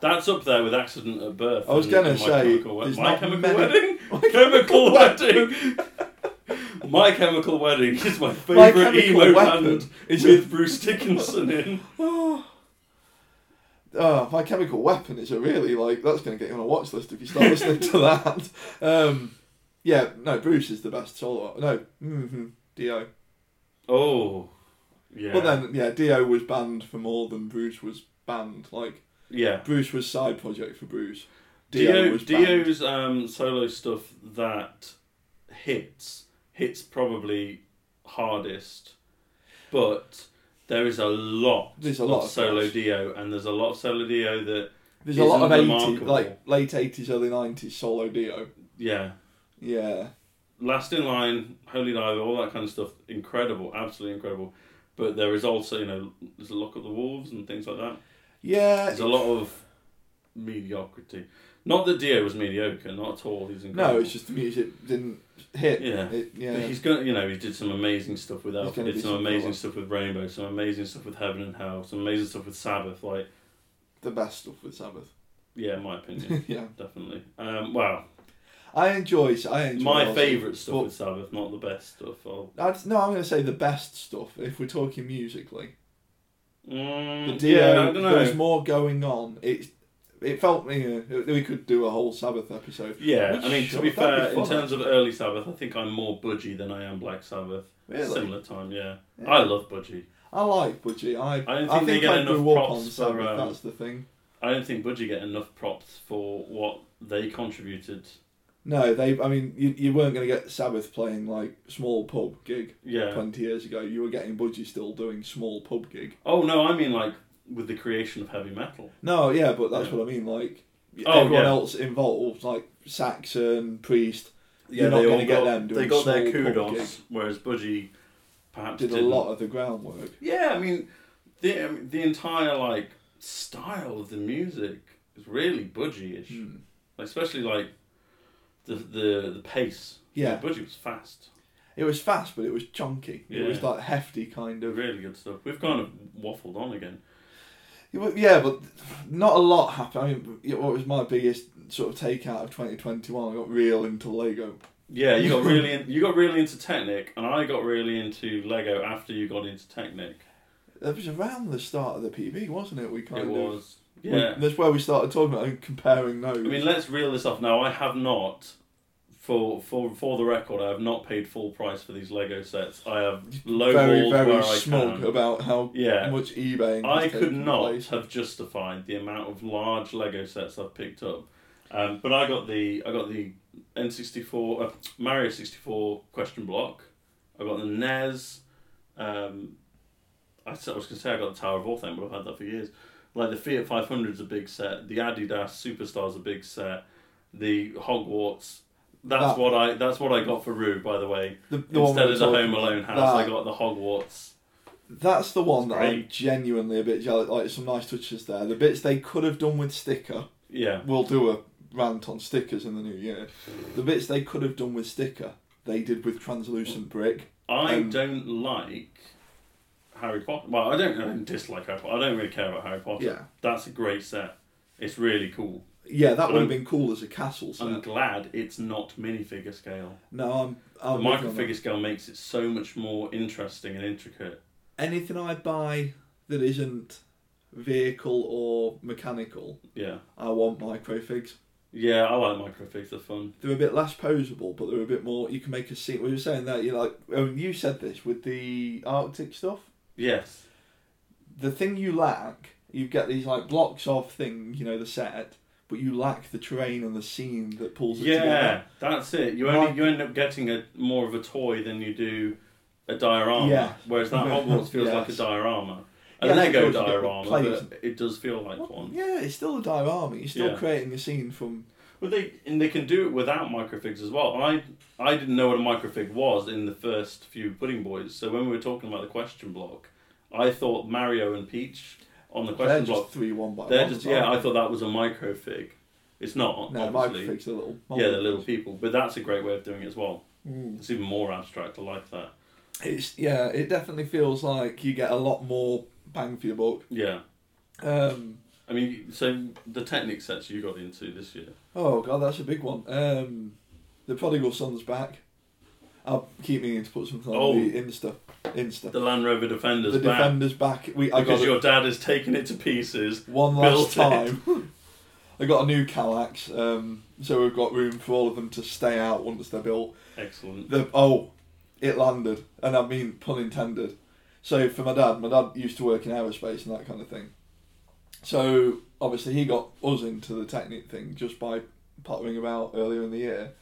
A: That's up there with "Accident at Birth."
B: I was
A: and-
B: gonna
A: and My
B: say,
A: Chemical, Wed-
B: there's
A: my
B: not
A: chemical
B: many-
A: Wedding. chemical Wedding. my Chemical Wedding is my favorite
B: Chemical
A: emo
B: Weapon
A: band
B: is
A: with Bruce Dickinson in.
B: Oh, oh, My Chemical Weapon is a really like that's going to get you on a watch list if you start listening to that. Um, yeah, no, Bruce is the best solo. No, mm-hmm, Dio.
A: Oh, yeah.
B: But then, yeah, Dio was banned for more than Bruce was banned. Like
A: yeah.
B: Bruce was side project for Bruce. Dio,
A: Dio,
B: was banned.
A: Dio's um, solo stuff that hits hits probably hardest, but there is a lot.
B: There's a lot of
A: solo
B: stuff.
A: Dio, and there's a lot of solo Dio that
B: There's a lot of
A: isn't
B: eighty,
A: remarkable.
B: like late eighties, early nineties solo Dio.
A: yeah,
B: Yeah,
A: Last in Line, Holy Diver, all that kind of stuff. Incredible, absolutely incredible. But there is also, you know, there's a look at the wolves and things like that.
B: Yeah.
A: There's a lot of mediocrity. Not that Dio was mediocre, not at all. He's incredible.
B: No, it's just the music didn't hit.
A: Yeah.
B: It, yeah.
A: But he's going, you know, he did some amazing stuff with
B: He's
A: Elf. He
B: gonna
A: did
B: do
A: some
B: some
A: amazing
B: cool-
A: stuff with Rainbow, some amazing stuff with Heaven and Hell, some amazing stuff with Sabbath. Like,
B: the best stuff with Sabbath.
A: yeah, in my opinion,
B: yeah.
A: definitely. Um, wow,
B: I enjoy. I enjoy.
A: my
B: Ozzy,
A: favourite stuff
B: but-
A: with Sabbath, not the best stuff. I'll...
B: I'd, no, I'm going to say the best stuff if we're talking musically. The
A: Mm,
B: Dio,
A: yeah, I don't
B: there's
A: know.
B: more going on. It, it felt me uh, we could do a whole Sabbath episode.
A: Yeah,
B: We
A: I mean, to
B: should,
A: be
B: that'd
A: fair, in
B: fun.
A: terms of early Sabbath, I think I'm more Budgie than I am Black Sabbath.
B: Really?
A: Similar time, yeah.
B: Yeah.
A: I love Budgie.
B: I like Budgie. I, I
A: don't think
B: I
A: they
B: think
A: get
B: I
A: enough
B: grew up
A: props
B: on
A: for,
B: Sabbath.
A: um,
B: that's the thing.
A: I don't think Budgie get enough props for what they contributed.
B: No, they. I mean, you, you weren't going to get Sabbath playing like small pub gig
A: Yeah.
B: twenty years ago. You were getting Budgie still doing small pub gig.
A: Oh no, I mean like with the creation of heavy metal.
B: No, yeah, but that's
A: Yeah.
B: what I mean. Like
A: Oh,
B: everyone
A: yeah.
B: else involved, like Saxon, Priest,
A: Yeah,
B: You're not
A: they all
B: gonna get
A: got,
B: them doing
A: They got their
B: small pub
A: kudos,
B: gigs.
A: whereas Budgie perhaps
B: did a
A: didn't.
B: lot of the groundwork.
A: Yeah, I mean, the I mean, the entire like style of the music is really Budgie-ish,
B: Hmm.
A: Like, especially like the the the pace.
B: Yeah.
A: Budgie was fast.
B: It was fast, but it was chunky. It was
A: Yeah.
B: like hefty kind of.
A: Really good stuff. We've kind of waffled on again.
B: It wa- Yeah, but not a lot happened. I mean, it- what was my biggest sort of take out of twenty twenty one? I got real into Lego.
A: Yeah, you got really in, you got really into Technic, and I got really into Lego after you got into Technic.
B: That was around the start of the PB, wasn't it? We kind
A: it
B: of
A: was
B: we-
A: yeah.
B: that's where we started talking about and comparing notes.
A: I mean, let's reel this off now. I have not, for for for the record, I have not paid full price for these Lego sets. I have low
B: very
A: where
B: very
A: I
B: smug
A: can.
B: about how
A: um, Yeah.
B: much eBaying. has
A: I could
B: taken
A: not
B: place.
A: have justified the amount of large Lego sets I've picked up, um, but I got the I got the N sixty four Mario sixty four question block. I got the NES. Um, I said I was gonna say I got the Tower of All thing, but I've had that for years. Like the Fiat five hundred's a big set. The Adidas Superstars a big set. The Hogwarts. That's
B: That-
A: what I. That's what I got for Rue, by the way.
B: The, the one we
A: Instead
B: were
A: of the
B: talking
A: Home
B: about,
A: Alone house, I
B: that-
A: got the Hogwarts.
B: That's the one that
A: It's
B: I'm genuinely a bit jealous. Like some nice touches there. The bits they could have done with sticker.
A: Yeah.
B: We'll do a rant on stickers in the new year. The bits they could have done with sticker, they did with translucent brick.
A: I
B: Um,
A: don't like Harry Potter. Well, I don't, I don't dislike Harry Potter. I don't really care about Harry Potter.
B: Yeah.
A: That's a great set. It's really cool.
B: Yeah, that would
A: Um,
B: have been cool as a castle set.
A: I'm glad it's not minifigure scale.
B: no, I'm. I'm
A: the
B: with you on that.
A: microfigure scale makes it so much more interesting and intricate.
B: Anything I buy that isn't vehicle or mechanical,
A: Yeah.
B: I want microfigs.
A: Yeah, I like microfigs. They're fun.
B: they're a bit less posable, but they're a bit more. You can make a scene. We were saying that you like. I mean, you said this with the Arctic stuff.
A: Yes.
B: The thing you lack, you get these like blocks of thing. You know the set, but you lack the terrain and the scene that pulls it
A: Yeah,
B: together.
A: that's it. You
B: Mic-
A: only you end up getting a more of a toy than you do a diorama.
B: Yeah.
A: Whereas that Hogwarts feels like a
B: Yes.
A: diorama. A
B: Yes, it
A: Lego
B: feels a bit
A: diorama,
B: plain.
A: but it does feel like
B: Well,
A: one.
B: Yeah, it's still a diorama. You're still
A: Yeah.
B: creating a scene from.
A: Well, they and they can do it without microfigs as well. I I didn't know what a microfig was in the first few Pudding Boys. So when we were talking about the question block, I thought Mario and Peach on the
B: They're
A: question
B: just
A: block.
B: three one by
A: They're
B: one.
A: just yeah. I thought that was a microfig. It's not
B: no,
A: obviously.
B: microfigs are little.
A: Yeah, they're little people, but that's a great way of doing it as well.
B: Mm.
A: It's even more abstract. I like that.
B: It's yeah. It definitely feels like you get a lot more bang for your buck.
A: Yeah.
B: Um,
A: I mean, so the Technic sets you got into this year.
B: Oh god, that's a big one. Um, the prodigal son's back. I'll keep meaning to put something on
A: Oh.
B: the Insta. Insta.
A: The Land Rover Defenders
B: the
A: back
B: defender's back. We I
A: because
B: got
A: your dad has taken it to pieces.
B: it one
A: built
B: last
A: it.
B: time. I got a new Calax, um, so we've got room for all of them to stay out once they're built.
A: Excellent.
B: The oh, it landed, and I mean pun intended. So for my dad, my dad used to work in aerospace and that kind of thing. So obviously he got us into the technique thing just by pottering about earlier in the year.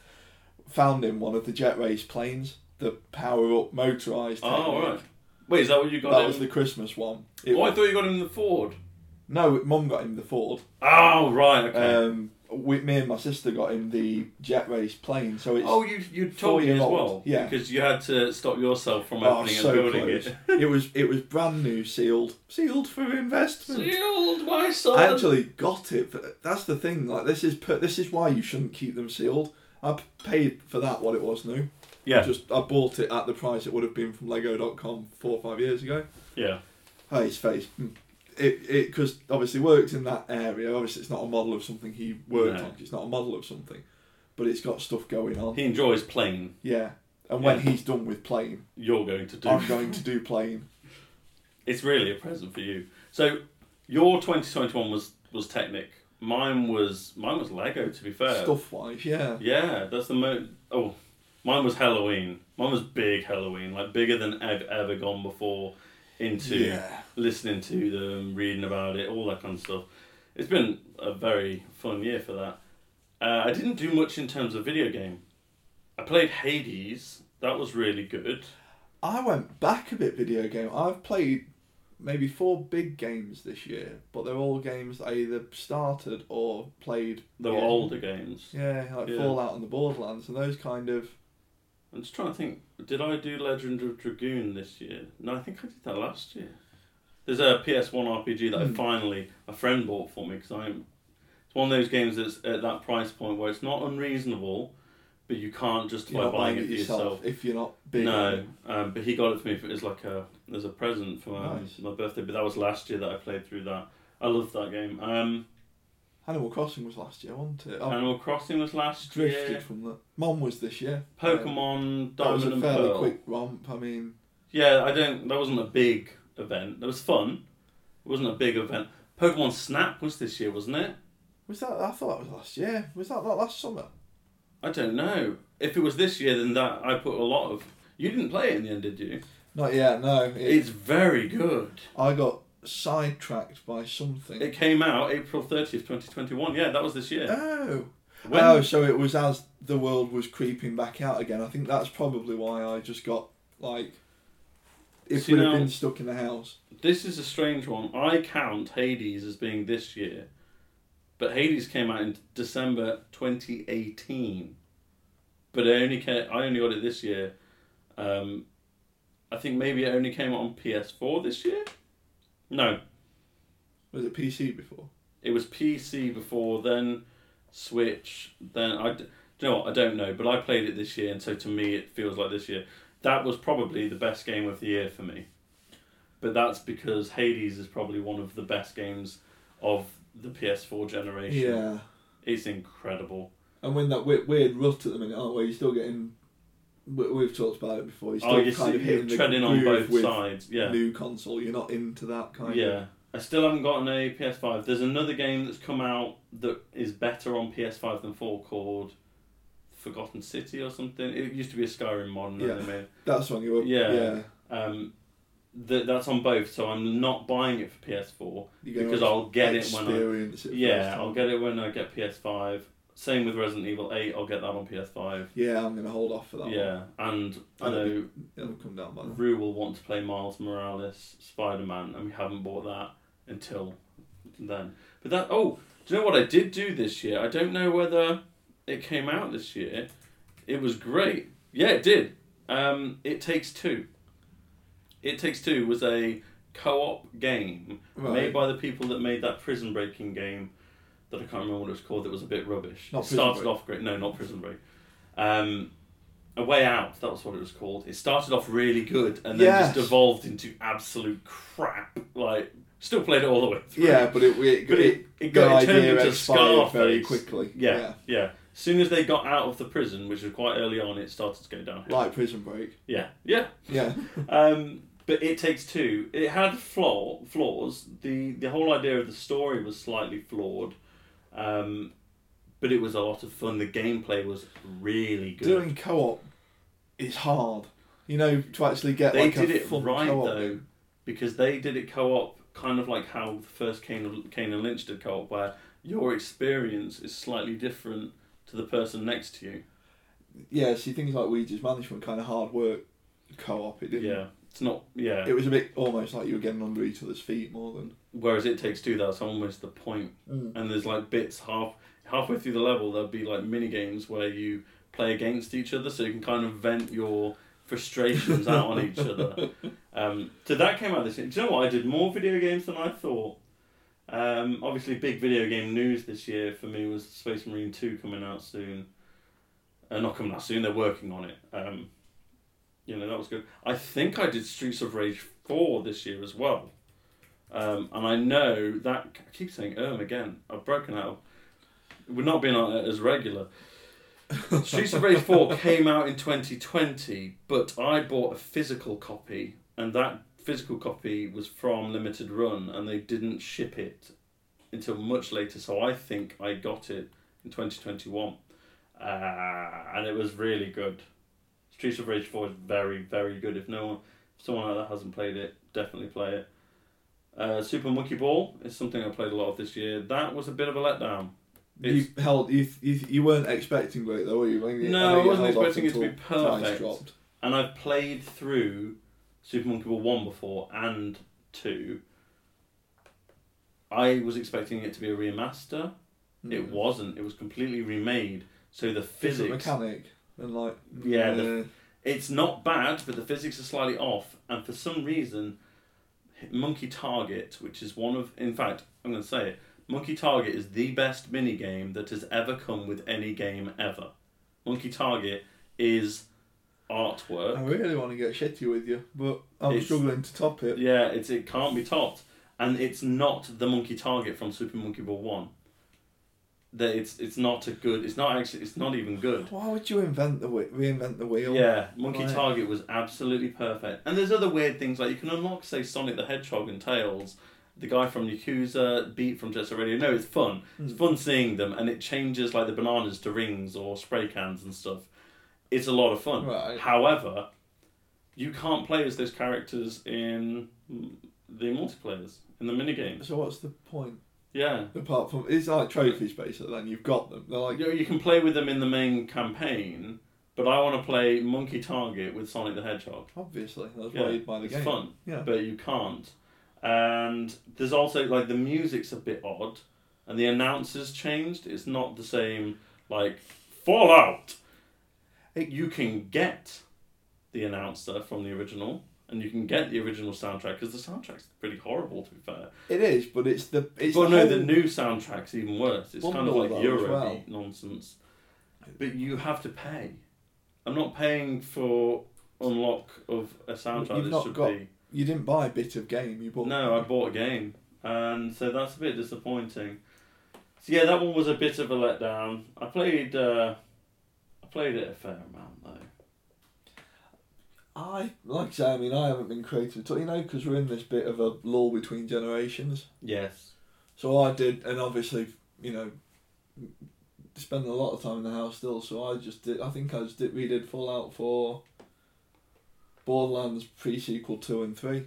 B: Found him one of the jet race planes, the power up motorised.
A: Oh,
B: Technic.
A: right. Wait, is that what you got?
B: That
A: in?
B: was the Christmas one. It
A: oh, I
B: was,
A: thought you got him in the Ford.
B: no, mum got him the Ford.
A: Oh, right, okay.
B: Um, we, me and my sister got him the jet race plane. So it's
A: Oh, you you told me as
B: Four-year-old,
A: well.
B: yeah.
A: Because you had to stop yourself from
B: Oh,
A: opening
B: so
A: and building
B: close.
A: it.
B: it was it was brand new, sealed, sealed for investment.
A: Sealed, my son.
B: I actually got it. But that's the thing. Like this is per- this is why you shouldn't keep them sealed. I p- paid for that what it was new.
A: Yeah.
B: Just I bought it at the price it would have been from Lego.com four or five years ago.
A: yeah.
B: Oh, his face. Hmm. It it because obviously works in that area. Obviously, it's not a model of something he worked
A: No.
B: on. It's not a model of something, but it's got stuff going on.
A: He enjoys playing.
B: Yeah. And when
A: Yeah.
B: he's done with playing,
A: You're going to do.
B: I'm going to do playing.
A: It's really a present for you. So your 2021 was was Technic. Mine was mine was Lego. To be fair.
B: Stuff wise, yeah.
A: Yeah, that's the mo. Oh, mine was Halloween. Mine was big Halloween, like bigger than I've ever gone before. Into
B: Yeah.
A: listening to them, reading about it, all that kind of stuff. It's been a very fun year for that. Uh, I didn't do much in terms of video game. I played Hades. That was really good.
B: I went back a bit video game. I've played maybe four big games this year, but they're all games I either started or played.
A: They were
B: yeah.
A: older games.
B: Yeah, like
A: Yeah.
B: Fallout and the Borderlands and those kind of.
A: I'm just trying to think. Did I do Legend of Dragoon this year? No, I think I did that last year. There's a PS1 RPG that I
B: Hmm.
A: finally a friend bought for me because I'm. It's one of those games that's at that price point where it's not unreasonable, but you can't justify
B: You're not
A: buying it for
B: yourself,
A: yourself.
B: if you're not big.
A: no, um, but he got it for me for, as like a as a present for my,
B: Nice.
A: my birthday. But that was last year that I played through that. I loved that game. Um,
B: Animal Crossing was last year, wasn't it? I
A: Animal Crossing was last
B: Oh. drifted
A: year.
B: from that. Mom was this year. Um,
A: Pokemon
B: That was
A: Diamond
B: a
A: and
B: fairly
A: Pearl.
B: quick romp. I mean,
A: Yeah, I don't. That wasn't a big event. That was fun. It wasn't a big event. Pokemon Snap was this year, wasn't it?
B: was that? I thought that was last year. Was that not last summer?
A: I don't know. If it was this year, then that I put a lot of. You didn't play it in the end, did you?
B: Not yet. No. It-
A: It's very good.
B: I got sidetracked by something.
A: It came out April thirtieth, twenty twenty one. Yeah, that was this year.
B: Oh.
A: When-
B: Oh, so it was as the world was creeping back out again. I think that's probably why I just got like. If
A: See,
B: we'd have
A: now-
B: been stuck in the house,
A: This is a strange one. I count Hades as being this year, but Hades came out in December 2018. But I only ca- I only got it this year. Um, I think maybe it only came out on PS4 this year. No,
B: was it PC before?
A: it was PC before, then Switch, then I. d- Do you know what? I don't know, but I played it this year, and so to me, it feels like this year. That was probably the best game of the year for me, but that's because Hades is probably one of the best games of the PS4 generation.
B: Yeah.
A: It's incredible.
B: And when that weird, weird rut at the minute, aren't we? You're still getting. We, we've talked about it before. You're still
A: oh, you're,
B: kind of hitting the
A: treading on
B: groove
A: both
B: with
A: sides. Yeah,
B: New console, you're not into that kind of.
A: yeah. I still haven't gotten a PS5. There's another game that's come out that is better on PS5 than 4 called Forgotten City or something. It used to be a Skyrim mod. and then
B: Yeah.
A: they made-
B: That's when you were.
A: Yeah.
B: yeah
A: Um, th- that's on both, so I'm not buying it for PS4
B: you're gonna
A: because I'll get it when I
B: experience it. first
A: yeah
B: time.
A: I'll get it when I get PS5. Same with Resident Evil Eight, I'll get that on PS5.
B: Yeah, I'm gonna hold off for that. one.
A: Yeah, and I
B: I don't
A: know
B: it'll come down by then.
A: Rue will want to play Miles Morales Spider Man, and we haven't bought that until then. But that oh, do you know what I did do this year? I don't know whether it came out this year. It was great. Yeah, it did. Um, it takes two. It takes two was a co-op game
B: Right.
A: made by the people that made that prison breaking game that I can't remember what it was called. That was a bit rubbish.
B: Not
A: it
B: Prison
A: started
B: Break.
A: off great. No, not prison break. Um, a way out. That was what it was called. It started off really good and then
B: Yes.
A: just devolved into absolute crap. Like, still played it all the way through.
B: Yeah, but it it,
A: But it, it,
B: the
A: got, it turned
B: idea
A: into
B: expired
A: Scarface.
B: very quickly.
A: Yeah, yeah, As soon as they got out of the prison, which was quite early on, it started to go downhill.
B: like Prison Break.
A: Yeah, yeah.
B: Yeah,
A: Um, but it takes two. It had flaw flaws. The the whole idea of the story was slightly flawed, um, but it was a lot of fun. The gameplay was really good.
B: doing co-op is hard. You know, to actually get
A: they
B: like
A: did
B: a
A: it
B: full
A: right
B: co-op.
A: though, because they did it co-op, kind of like how the first Kane, Kane and Lynch did co-op, where your experience is slightly different to the person next to you.
B: Yeah, see things like Ouija's management kind of hard work co-op. It didn't.
A: Yeah, it's not. Yeah.
B: It was a bit almost like you were getting under each other's feet more than.
A: Whereas it takes two. That's almost the point. and there's like bits half halfway through the level, there'll be like mini games where you play against each other, so you can kind of vent your frustrations out on each other. Um, so that came out this year. Do you know what? I did more video games than I thought. Um, obviously, big video game news this year for me was Space Marine Two coming out soon. Uh, not coming out soon. They're working on it. Um, you know that was good. I think I did Streets of Rage Four this year as well. Um, and I know that I keep saying um again. I've broken out. We're not being on it as regular. Streets of Rage Four came out in twenty twenty, but I bought a physical copy, and that physical copy was from Limited Run, and they didn't ship it until much later. So I think I got it in twenty twenty one, and it was really good. Streets of Rage Four is very very good. If no one, if someone like that hasn't played it, definitely play it. Uh, Super Monkey Ball is something I played a lot of this year. That was a bit of a letdown.
B: You held you, you you weren't expecting great though, were you? I think you-
A: No,
B: think
A: I
B: you
A: wasn't
B: held off
A: expecting it to be
B: until price
A: perfect.
B: dropped.
A: and I've played through Super Monkey Ball 1 before and 2. I was expecting it to be a remaster. It
B: Mm.
A: wasn't. It was completely remade. So the
B: Different
A: physics.
B: mechanic and like
A: Yeah, the-
B: mm,
A: It's not bad, but the physics are slightly off. And for some reason, Monkey Target, which is one of. In fact, I'm going to say it. Monkey Target is the best mini game that has ever come with any game ever. Monkey Target is artwork.
B: I really want to get shitty with you, but I'm
A: It's-
B: struggling to top it.
A: Yeah, it's it can't be topped, and it's not the Monkey Target from Super Monkey Ball One. That it's it's not a good. It's not actually. It's not even good.
B: Why would you invent the whe- reinvent the wheel?
A: Yeah, Monkey
B: Right.
A: Target was absolutely perfect, and there's other weird things like you can unlock, say, Sonic the Hedgehog and Tails, the guy from Yakuza, Beat from Jet Set Radio. No, it's fun. It's
B: Hmm.
A: fun seeing them, and it changes like the bananas to rings or spray cans and stuff. It's a lot of fun.
B: Right.
A: However, you can't play as those characters in the multiplayers in the minigames.
B: So what's the point?
A: Yeah,
B: Apart from it's like trophies basically. Then you've got them. They're like
A: you, you can play with them in the main campaign, but I want to play Monkey Target with Sonic the Hedgehog.
B: obviously that's
A: Yeah,
B: why you'd buy the
A: It's
B: game.
A: fun,
B: Yeah.
A: but you can't. And there's also like the music's a bit odd, and the announcers changed. It's not the same like Fallout. You can get the announcer from the original, and you can get the original soundtrack because the soundtrack's pretty horrible. To be fair,
B: It is, but it's the it's
A: well,
B: the
A: no,
B: whole,
A: the new soundtrack's even worse. It's kind of
B: Bundle
A: like
B: though as
A: Eurobeat
B: well.
A: nonsense. But you have to pay. I'm not paying for unlock of a soundtrack
B: You've
A: that
B: not
A: should
B: got-
A: be.
B: you didn't buy a bit of game. You bought
A: No, I bought a game, and so that's a bit disappointing. So yeah, that one was a bit of a letdown. I played, uh, I played it a fair amount though.
B: I like I say, I mean, I haven't been creative at all, you know, because we're in this bit of a lull between generations.
A: Yes.
B: So I did, and obviously, you know, spending a lot of time in the house still. So I just did. I think I just did. We did Fallout Four, Borderlands pre sequel two and three,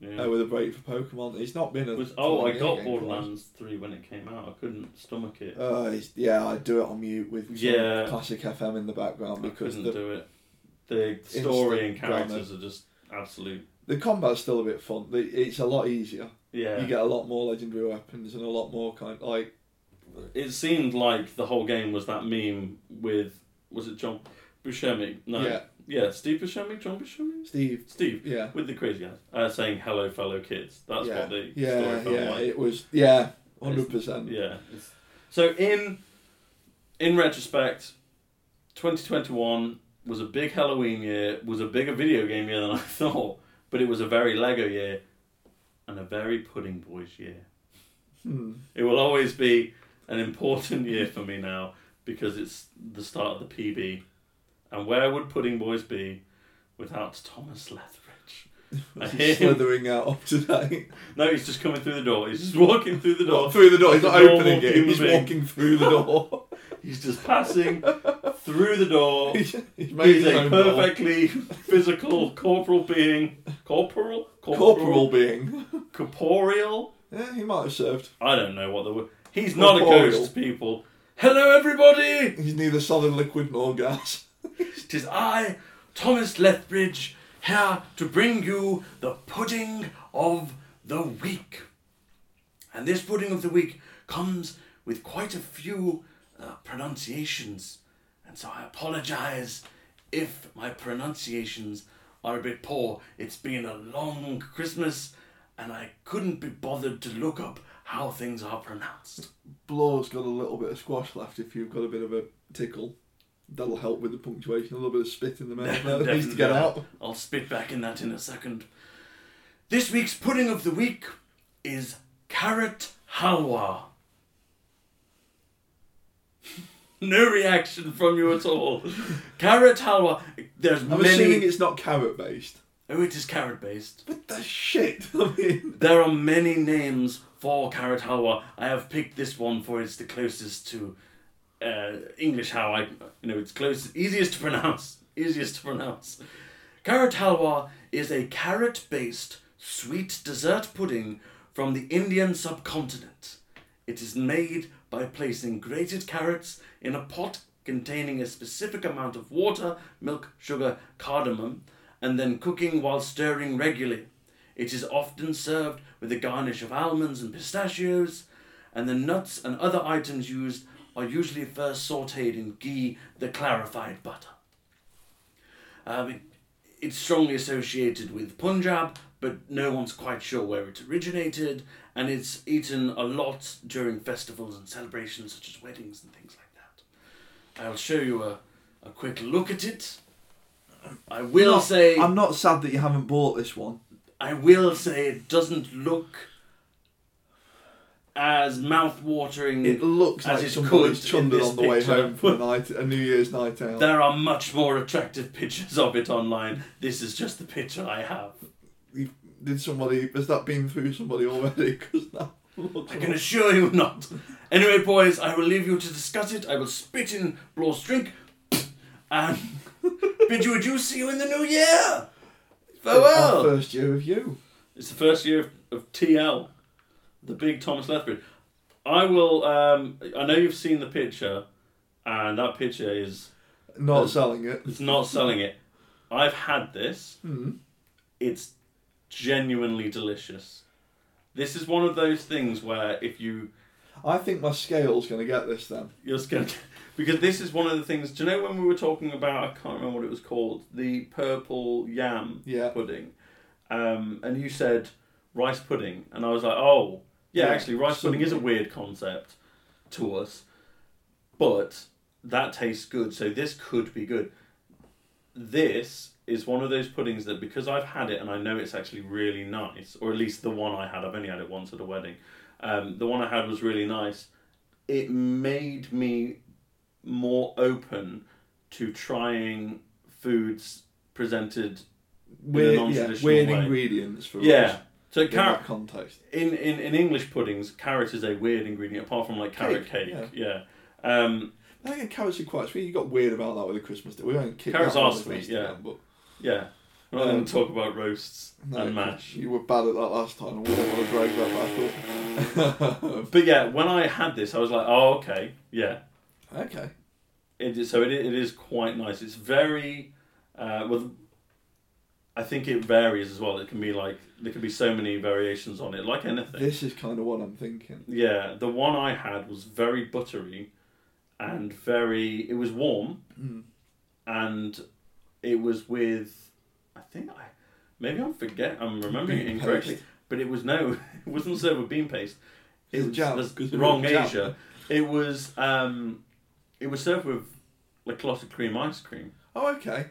A: Yeah.
B: uh, with a break for Pokemon. It's not been a.
A: was, oh, I
B: Pokemon
A: got
B: game for us.
A: Borderlands three when it came out. I couldn't stomach it.
B: Uh, it's- yeah, I do it on mute with some
A: Yeah.
B: classic FM in the background
A: I
B: because
A: couldn't
B: the
A: do it. The story and
B: Instant drama.
A: characters are just absolute.
B: the combat's still a bit fun. The- It's a lot easier.
A: Yeah.
B: You get a lot more legendary weapons and a lot more kind like
A: it seemed like the whole game was that meme with was it John Buscemi? No.
B: yeah,
A: Yeah, Steve Buscemi, John Buscemi,
B: Steve.
A: Steve
B: Yeah.
A: with the crazy eyes uh, saying "Hello, fellow kids." That's
B: yeah.
A: what the
B: yeah,
A: story felt
B: yeah.
A: like.
B: It was yeah, hundred percent.
A: Yeah. it's- So in in retrospect, 2021 was a big Halloween year, was a bigger video game year than I thought, but it was a very Lego year and a very Pudding Boys year.
B: Hmm.
A: It will always be an important year for me now because it's the start of the PB. And where would Pudding Boys be without Thomas Lethbridge? I hear
B: He's
A: him.
B: slithering out up today.
A: No, he's just coming through the door. He's just walking through the door.
B: through the door. He's
A: Like
B: not
A: a normal
B: opening it.
A: human
B: He's
A: being.
B: walking through the door.
A: He's just passing through the door.
B: he's he's made
A: He's
B: his
A: a
B: own door.
A: perfectly physical corporal being. Corporal?
B: corporal being.
A: Corporeal?
B: Yeah, he might have served.
A: I don't know what the word. He's not a
B: Corporeal.
A: ghost, people. Hello, everybody!
B: He's neither solid, liquid, nor gas.
A: Tis I, Thomas Lethbridge, here to bring you the pudding of the week. And this pudding of the week comes with quite a few uh, pronunciations, and so I apologize if my pronunciations are a bit poor. It's been a long Christmas, and I couldn't be bothered to look up how things are pronounced.
B: Blow's got a little bit of squash left if you've got a bit of a tickle. That'll help with the punctuation, a little bit of spit in the mouth there that needs to get out.
A: I'll spit back in that in a second. This week's pudding of the week is carrot halwa. No reaction from you at all. carrot halwa. There's
B: I'm assuming
A: many.
B: it's not carrot based.
A: Oh, it is carrot based.
B: What the shit? I mean,
A: There are many names for carrot halwa. I have picked this one for it's the closest to uh, English how I you know it's closest easiest to pronounce easiest to pronounce. Carrot halwa is a carrot-based sweet dessert pudding from the Indian subcontinent. It is made by placing grated carrots in a pot containing a specific amount of water, milk, sugar, cardamom, and then cooking while stirring regularly. It is often served with a garnish of almonds and pistachios, and the nuts and other items used are usually first sauteed in ghee, the clarified butter. Um, it- it's strongly associated with Punjab, but no one's quite sure where it originated, and it's eaten a lot during festivals and celebrations such as weddings and things like that. I'll show you a, a quick look at it. I will
B: Not-
A: say
B: I'm not sad that you haven't bought this one.
A: I will say it doesn't look as mouth-watering.
B: It looks
A: As
B: like
A: it
B: somebody's
A: could in
B: chundered
A: this
B: on the way
A: picture.
B: home from a, night, a New Year's night out.
A: there are much more attractive pictures of it online. This is just the picture I have.
B: You- Did somebody? Has that been through somebody already? Because that looks.
A: I can assure you not. Anyway, boys, I will leave you to discuss it. I will spit in Blaw's drink and bid you adieu. See you in the new year. Oh,
B: Our
A: Farewell.
B: first year of you.
A: It's the first year of, of TL, the big Thomas Lethbridge. I will. Um, I know you've seen the picture, and that picture is
B: Not selling it.
A: It's not selling it. I've had this.
B: Mm.
A: It's genuinely delicious. This is one of those things where if you
B: I think my scale's going to get this then.
A: you're just gonna because this is one of the things. Do you know when we were talking about? I can't remember what it was called. The purple yam
B: Yeah.
A: pudding, um, and you said rice pudding, and I was like, oh yeah,
B: Yeah,
A: actually, rice pudding is a
B: something.
A: weird concept to us, but that tastes good. So this could be good. This is one of those puddings that because I've had it and I know it's actually really nice, or at least the one I had. I've only had it once at a wedding. Um, the one I had was really nice. It made me more open to trying foods presented
B: Weird, yeah,
A: non-traditional
B: weird
A: way.
B: ingredients for
A: yeah
B: us
A: so
B: in that
A: carrot
B: context.
A: in, in in english puddings carrot is a weird ingredient apart from like carrot cake,
B: Cake,
A: yeah, Um,
B: I think carrots are quite sweet. You got weird about that with the Christmas day. We won't kick
A: Carrots
B: that
A: are
B: one
A: sweet,
B: against
A: yeah.
B: them, but
A: yeah we're not going
B: Um,
A: to talk about roasts
B: no,
A: and mash
B: You were bad at that last time. and We don't want to drag that back up.
A: but yeah when i had this i was like oh okay yeah
B: okay.
A: it is, so it, i- it is quite nice it's very uh, well i think it varies as well it can be like there can be so many variations on it like anything
B: This is kind of what I'm thinking.
A: Yeah, the one I had was very buttery and very it was warm
B: Mm.
A: and it was with I think I maybe I'm forget I'm remembering it
B: Bean
A: incorrectly.
B: paste.
A: But it was no it wasn't served with bean paste. It
B: Is it
A: was,
B: jam?
A: was
B: 'Cause it
A: wrong
B: was jam.
A: Asia. It was um it was served with like clotted cream ice cream.
B: Oh, okay.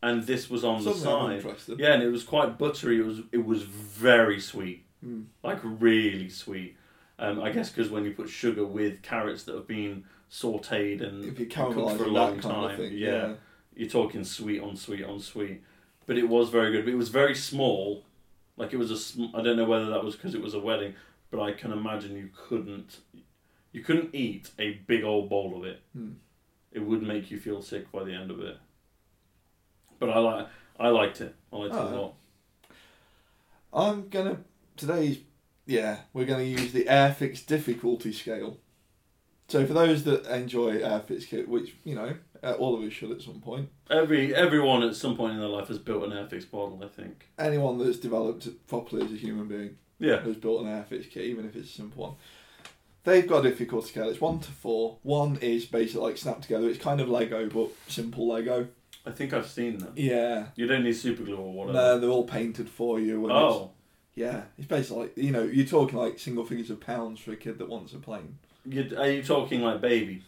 A: And this was on
B: Something
A: the
B: I'm
A: side.
B: interested.
A: Yeah, and it was quite buttery. It was it was very sweet,
B: Mm.
A: like really sweet. Um, I guess because when you put sugar with carrots that have been sautéed and
B: If you
A: cooked
B: caramelise
A: for a
B: it,
A: long
B: that kind
A: time,
B: of thing.
A: yeah, you're talking sweet on sweet on sweet. But it was very good. But it was very small, like it was a. Sm- I don't know whether that was because it was a wedding, but I can imagine you couldn't, you couldn't eat a big old bowl of it.
B: Hmm.
A: It would make you feel sick by the end of it. But I like, I liked it. I liked it a
B: Oh.
A: lot.
B: I'm gonna today's yeah, we're gonna use the Airfix difficulty scale. So for those that enjoy Airfix kit, which you know uh, all of us should at some point,
A: Every everyone at some point in their life has built an Airfix model, I think.
B: anyone that's developed it properly as a human being
A: Yeah.
B: has built an Airfix kit, even if it's a simple one. They've got a difficulty scale. It's one to four. One is basically like snapped together. It's kind of Lego, but simple Lego.
A: I think I've seen them.
B: Yeah.
A: You don't need super glue or whatever.
B: No, they're all painted for you. and it's-
A: oh,
B: Yeah, it's basically like you know you're talking like single figures of pounds for a kid that wants a plane.
A: you, are you talking like baby,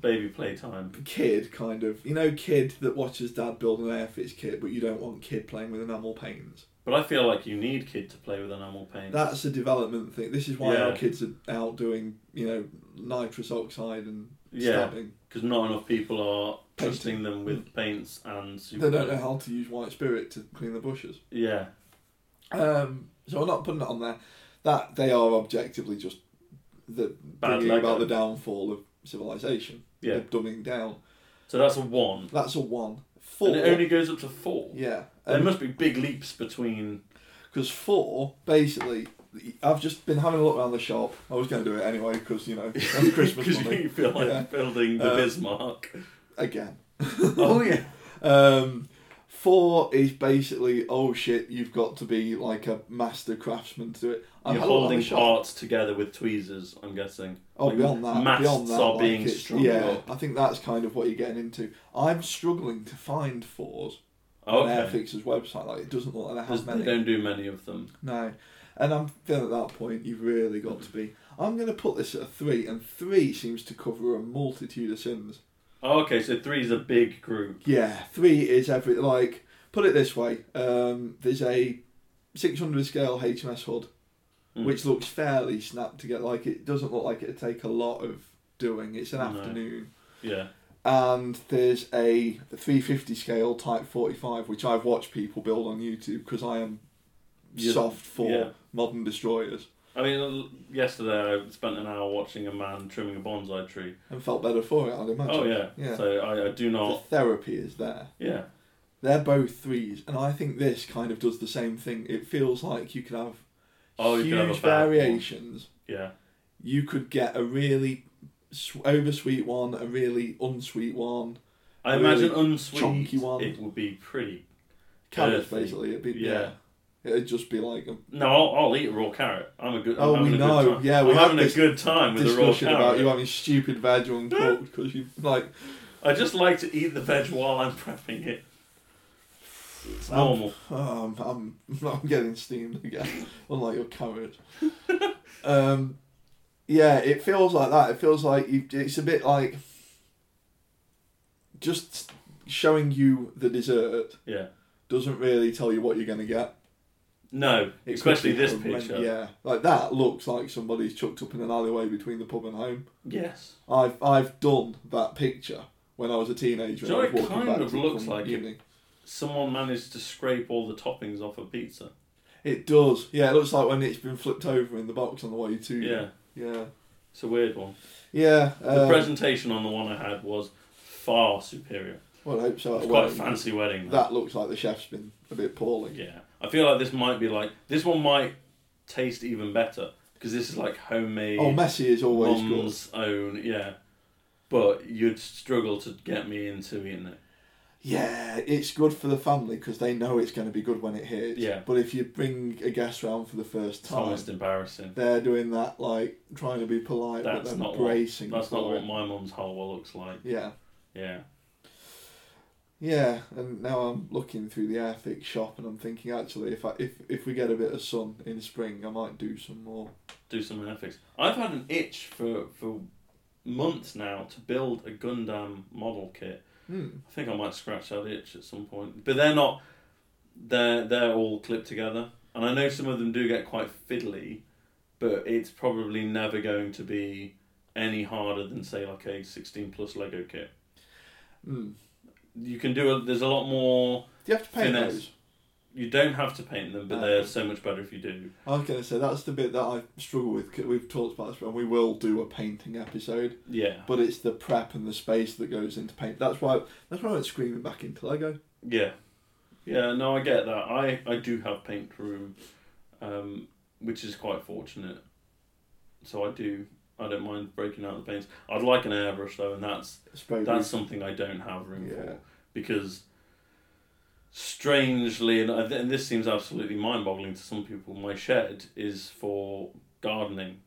A: baby playtime?
B: Kid kind of you know kid that watches dad build an airfish kit, but you don't want kid playing with enamel paints.
A: But I feel like you need kid to play with enamel paint.
B: That's a development thing. This is why our
A: Yeah.
B: kids are out doing you know nitrous oxide and
A: yeah,
B: stabbing.
A: because not enough people are
B: Painting.
A: trusting them with paints and super.
B: They don't know
A: glue.
B: how to use white spirit to clean the bushes.
A: Yeah,
B: Um, so I'm not putting it on there. That they are objectively just the
A: Bad
B: bringing
A: Lego.
B: about the downfall of civilization.
A: yeah.
B: They're dumbing down.
A: So that's a one.
B: That's a one. Four.
A: And it only goes up to four.
B: Yeah. Um,
A: There must be big leaps between.
B: Because four, basically, I've just been having a look around the shop. I was going to do it anyway because, you know, that's Christmas
A: 'Cause
B: money.
A: you feel like
B: Yeah.
A: building the
B: Uh,
A: Bismarck.
B: Again.
A: Oh yeah.
B: Um, four is basically, oh shit, you've got to be like a master craftsman to do it. I've
A: You're
B: had a look around
A: holding
B: the shop.
A: parts together with tweezers, I'm guessing.
B: Oh,
A: like
B: beyond that,
A: masts
B: beyond that,
A: are
B: like
A: being
B: it's-
A: strung
B: yeah,
A: up.
B: I think that's kind of what you're getting into. I'm struggling to find fours on
A: Okay.
B: Airfix's website. Like, it doesn't look like they
A: Because
B: have
A: They
B: many.
A: don't do many of them.
B: No. And I'm feeling at that point you've really got to be I'm gonna put this at a three, and three seems to cover a multitude of sins.
A: Oh, okay, so three is a big group.
B: Yeah, three is every like put it this way, um, there's a six hundred scale HMS hood
A: Mm.
B: which looks fairly snapped together like it doesn't look like it'd take a lot of doing. It's an
A: No.
B: afternoon.
A: Yeah.
B: And there's a 350 scale Type 45, which I've watched people build on YouTube because I am
A: Yeah.
B: soft for
A: Yeah.
B: modern destroyers.
A: I mean, l- yesterday I spent an hour watching a man trimming a bonsai tree.
B: and felt better for it, I'd imagine.
A: Oh, yeah. Oh.
B: Yeah.
A: So I, I do
B: the
A: not.
B: therapy is there.
A: Yeah.
B: They're both threes, and I think this kind of does the same thing. It feels like you could have
A: Oh,
B: huge
A: you could have a bad one.
B: variations.
A: Yeah.
B: You could get a really sw- oversweet one, a really unsweet one,
A: I
B: A
A: imagine
B: really
A: unsweet.
B: chunky one.
A: It would be pretty.
B: carrot
A: Earthy.
B: basically. It'd be, yeah.
A: Yeah.
B: It'd just be like a
A: No, I'll, I'll eat a raw carrot. I'm a good. I'm
B: Oh, we
A: having a
B: know.
A: Good time.
B: Yeah, we
A: we're
B: had
A: having
B: this
A: a good time with a raw
B: discussion about
A: carrot.
B: you having stupid veg uncooked because you like
A: I just like to eat the veg while I'm prepping it. It's normal.
B: Um, I'm I'm getting steamed again, unlike your carrot. um, yeah, it feels like that. It feels like you. It's a bit like just showing you the dessert
A: Yeah.
B: doesn't really tell you what you're gonna get.
A: No,
B: It could
A: especially
B: be
A: this
B: horrendous.
A: picture.
B: Yeah, like that looks like somebody's chucked up in an alleyway between the pub and home.
A: Yes.
B: I've I've done that picture when I was a teenager.
A: Do you know
B: and I was
A: it
B: walking
A: kind
B: back
A: of
B: to-
A: looks
B: from
A: like it?
B: uni.
A: Someone managed to scrape all the toppings off a pizza.
B: It does. Yeah, it looks like when it's been flipped over in the box on the way to. you.
A: Yeah.
B: Yeah.
A: It's a weird one.
B: Yeah.
A: The
B: Um,
A: presentation on the one I had was far superior.
B: well, I hope so. at
A: It's
B: a
A: quite a
B: wedding.
A: fancy wedding. though.
B: That looks like the chef's been a bit poorly.
A: Yeah. I feel like this might be like this one might taste even better because this is like homemade.
B: Oh, Messi is always good.
A: mum's own, yeah. But you'd struggle to get me into eating it.
B: Yeah, it's good for the family because they know it's going to be good when it hits.
A: Yeah.
B: But if you bring a guest round for the first
A: It's
B: time,
A: almost embarrassing.
B: they're doing that like trying to be polite,
A: That's
B: but
A: not
B: then
A: what-
B: bracing.
A: That's not
B: for
A: what
B: it.
A: my mum's halwa looks like.
B: Yeah.
A: Yeah.
B: Yeah, and now I'm looking through the Airfix shop and I'm thinking actually if I if if we get a bit of sun in spring, I might do some more.
A: Do some ethics. I've had an itch for for months now to build a Gundam model kit.
B: Hmm.
A: I think I might scratch that itch at some point. But they're not they're they're all clipped together. And I know some of them do get quite fiddly, but it's probably never going to be any harder than say like a sixteen plus Lego kit.
B: Mm.
A: you can do a, there's a lot more
B: Do you have to paint
A: Finesse.
B: those?
A: you don't have to paint them but
B: Ah.
A: they're so much better if you do
B: I was going to say that's the bit that I struggle with. 'cause We've talked about this, and we will do a painting episode,
A: yeah
B: but it's the prep and the space that goes into paint. That's why that's why I went screaming back into Lego.
A: yeah yeah no i get that i i do have paint room um which is quite fortunate so i do i don't mind breaking out the paints i'd like an airbrush though and that's
B: Spray
A: that's something i don't have room
B: Yeah.
A: for because strangely and, I th- and this seems absolutely mind-boggling to some people my shed is for gardening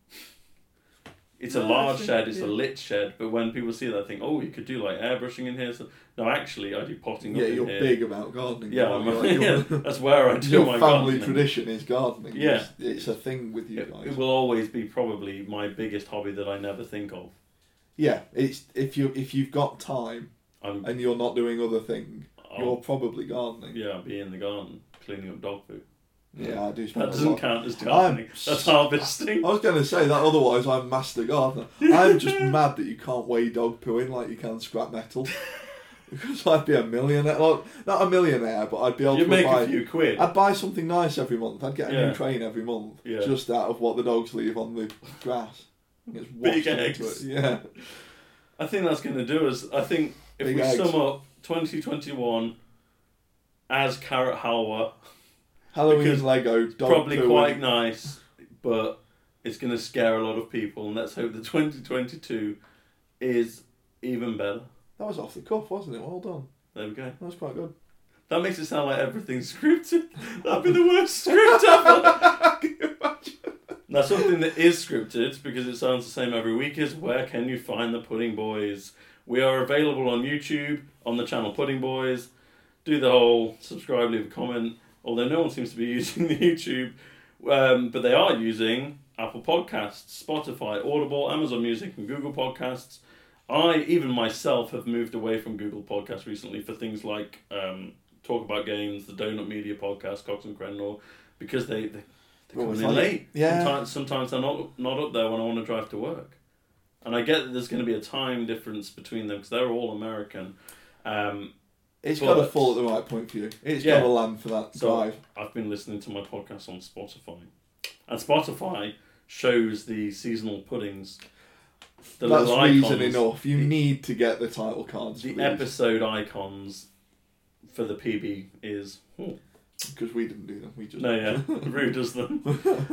A: It's a
B: No, I
A: large
B: think-
A: shed, it's a
B: yeah.
A: lit shed, but when people see that, they think, oh, you could do like airbrushing in here. So, no, actually, I do potting
B: yeah,
A: up in
B: you're
A: here.
B: big about gardening.
A: Yeah,
B: aren't you?
A: I'm-
B: Like,
A: yeah,
B: your-
A: that's where I do
B: Your
A: my
B: family
A: gardening.
B: tradition is gardening.
A: Yeah.
B: It's, it's a thing with you
A: It,
B: guys.
A: it will always be probably my biggest hobby that I never think of.
B: yeah, it's if you if you've got time
A: I'm,
B: and you're not doing other thing, you're
A: I'll,
B: probably gardening.
A: Oh. yeah, I'll be in the garden cleaning up dog poo.
B: Yeah, I do spend
A: That
B: a
A: doesn't
B: lot.
A: count as gardening. That's harvesting.
B: I was going to say that otherwise I'm master gardener. I'm just mad that you can't weigh dog poo in like you can scrap metal. Because I'd be a millionaire. Like, not a millionaire, but I'd be able
A: You
B: to
A: make
B: buy.
A: a few quid.
B: I'd buy something nice every month. I'd get a
A: Yeah.
B: new train every month
A: Yeah.
B: just out of what the dogs leave on the grass. It's washed into
A: eggs.
B: It. Yeah.
A: I think that's going to do us. I think if
B: Big
A: we
B: eggs.
A: sum up 2021 as carrot halwa,
B: Halloween
A: Because
B: Lego dog
A: probably
B: poo
A: quite
B: and-
A: nice, but it's going to scare a lot of people. And let's hope that 2022 is even better.
B: That was off the cuff, wasn't it? Well done.
A: There we go.
B: That was quite good.
A: That makes it sound like everything's scripted. That'd be the worst script ever. now, something that is scripted, because it sounds the same every week, is Where Can You Find the Pudding Boys? We are available on YouTube, on the channel Pudding Boys. Do the whole subscribe, leave a comment, although no one seems to be using the YouTube. Um, but they are using Apple Podcasts, Spotify, Audible, Amazon Music, and Google Podcasts. I, even myself, have moved away from Google Podcasts recently for things like um, Talk About Games, the Donut Media Podcast, Cox and Crenlaw, because they, they, they're
B: Well, it's
A: coming in
B: like-
A: late.
B: yeah.
A: Sometimes, sometimes they're not, not up there when I want to drive to work. And I get that there's going to be a time difference between them because they're all American. Um,
B: It's
A: But-
B: got to fall at the right point for you. It's
A: Yeah.
B: got to land for that
A: So-
B: drive.
A: I've been listening to my podcast on Spotify. And Spotify shows the seasonal puddings. The
B: That's
A: little
B: reason
A: icons.
B: enough. You
A: The-
B: need to get the title cards
A: The
B: because
A: episode icons for the PB is. Hmm.
B: we didn't do them. We just
A: No, yeah, Rue does them.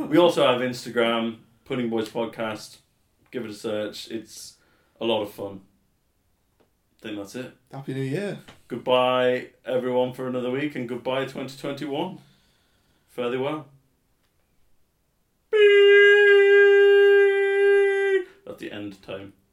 A: We also have Instagram, Pudding Boys Podcast. Give it a search. It's a lot of fun. I think that's it.
B: Happy New Year.
A: Goodbye, everyone, for another week, and goodbye, 2021. Fare thee well. Beep. That's the end tone.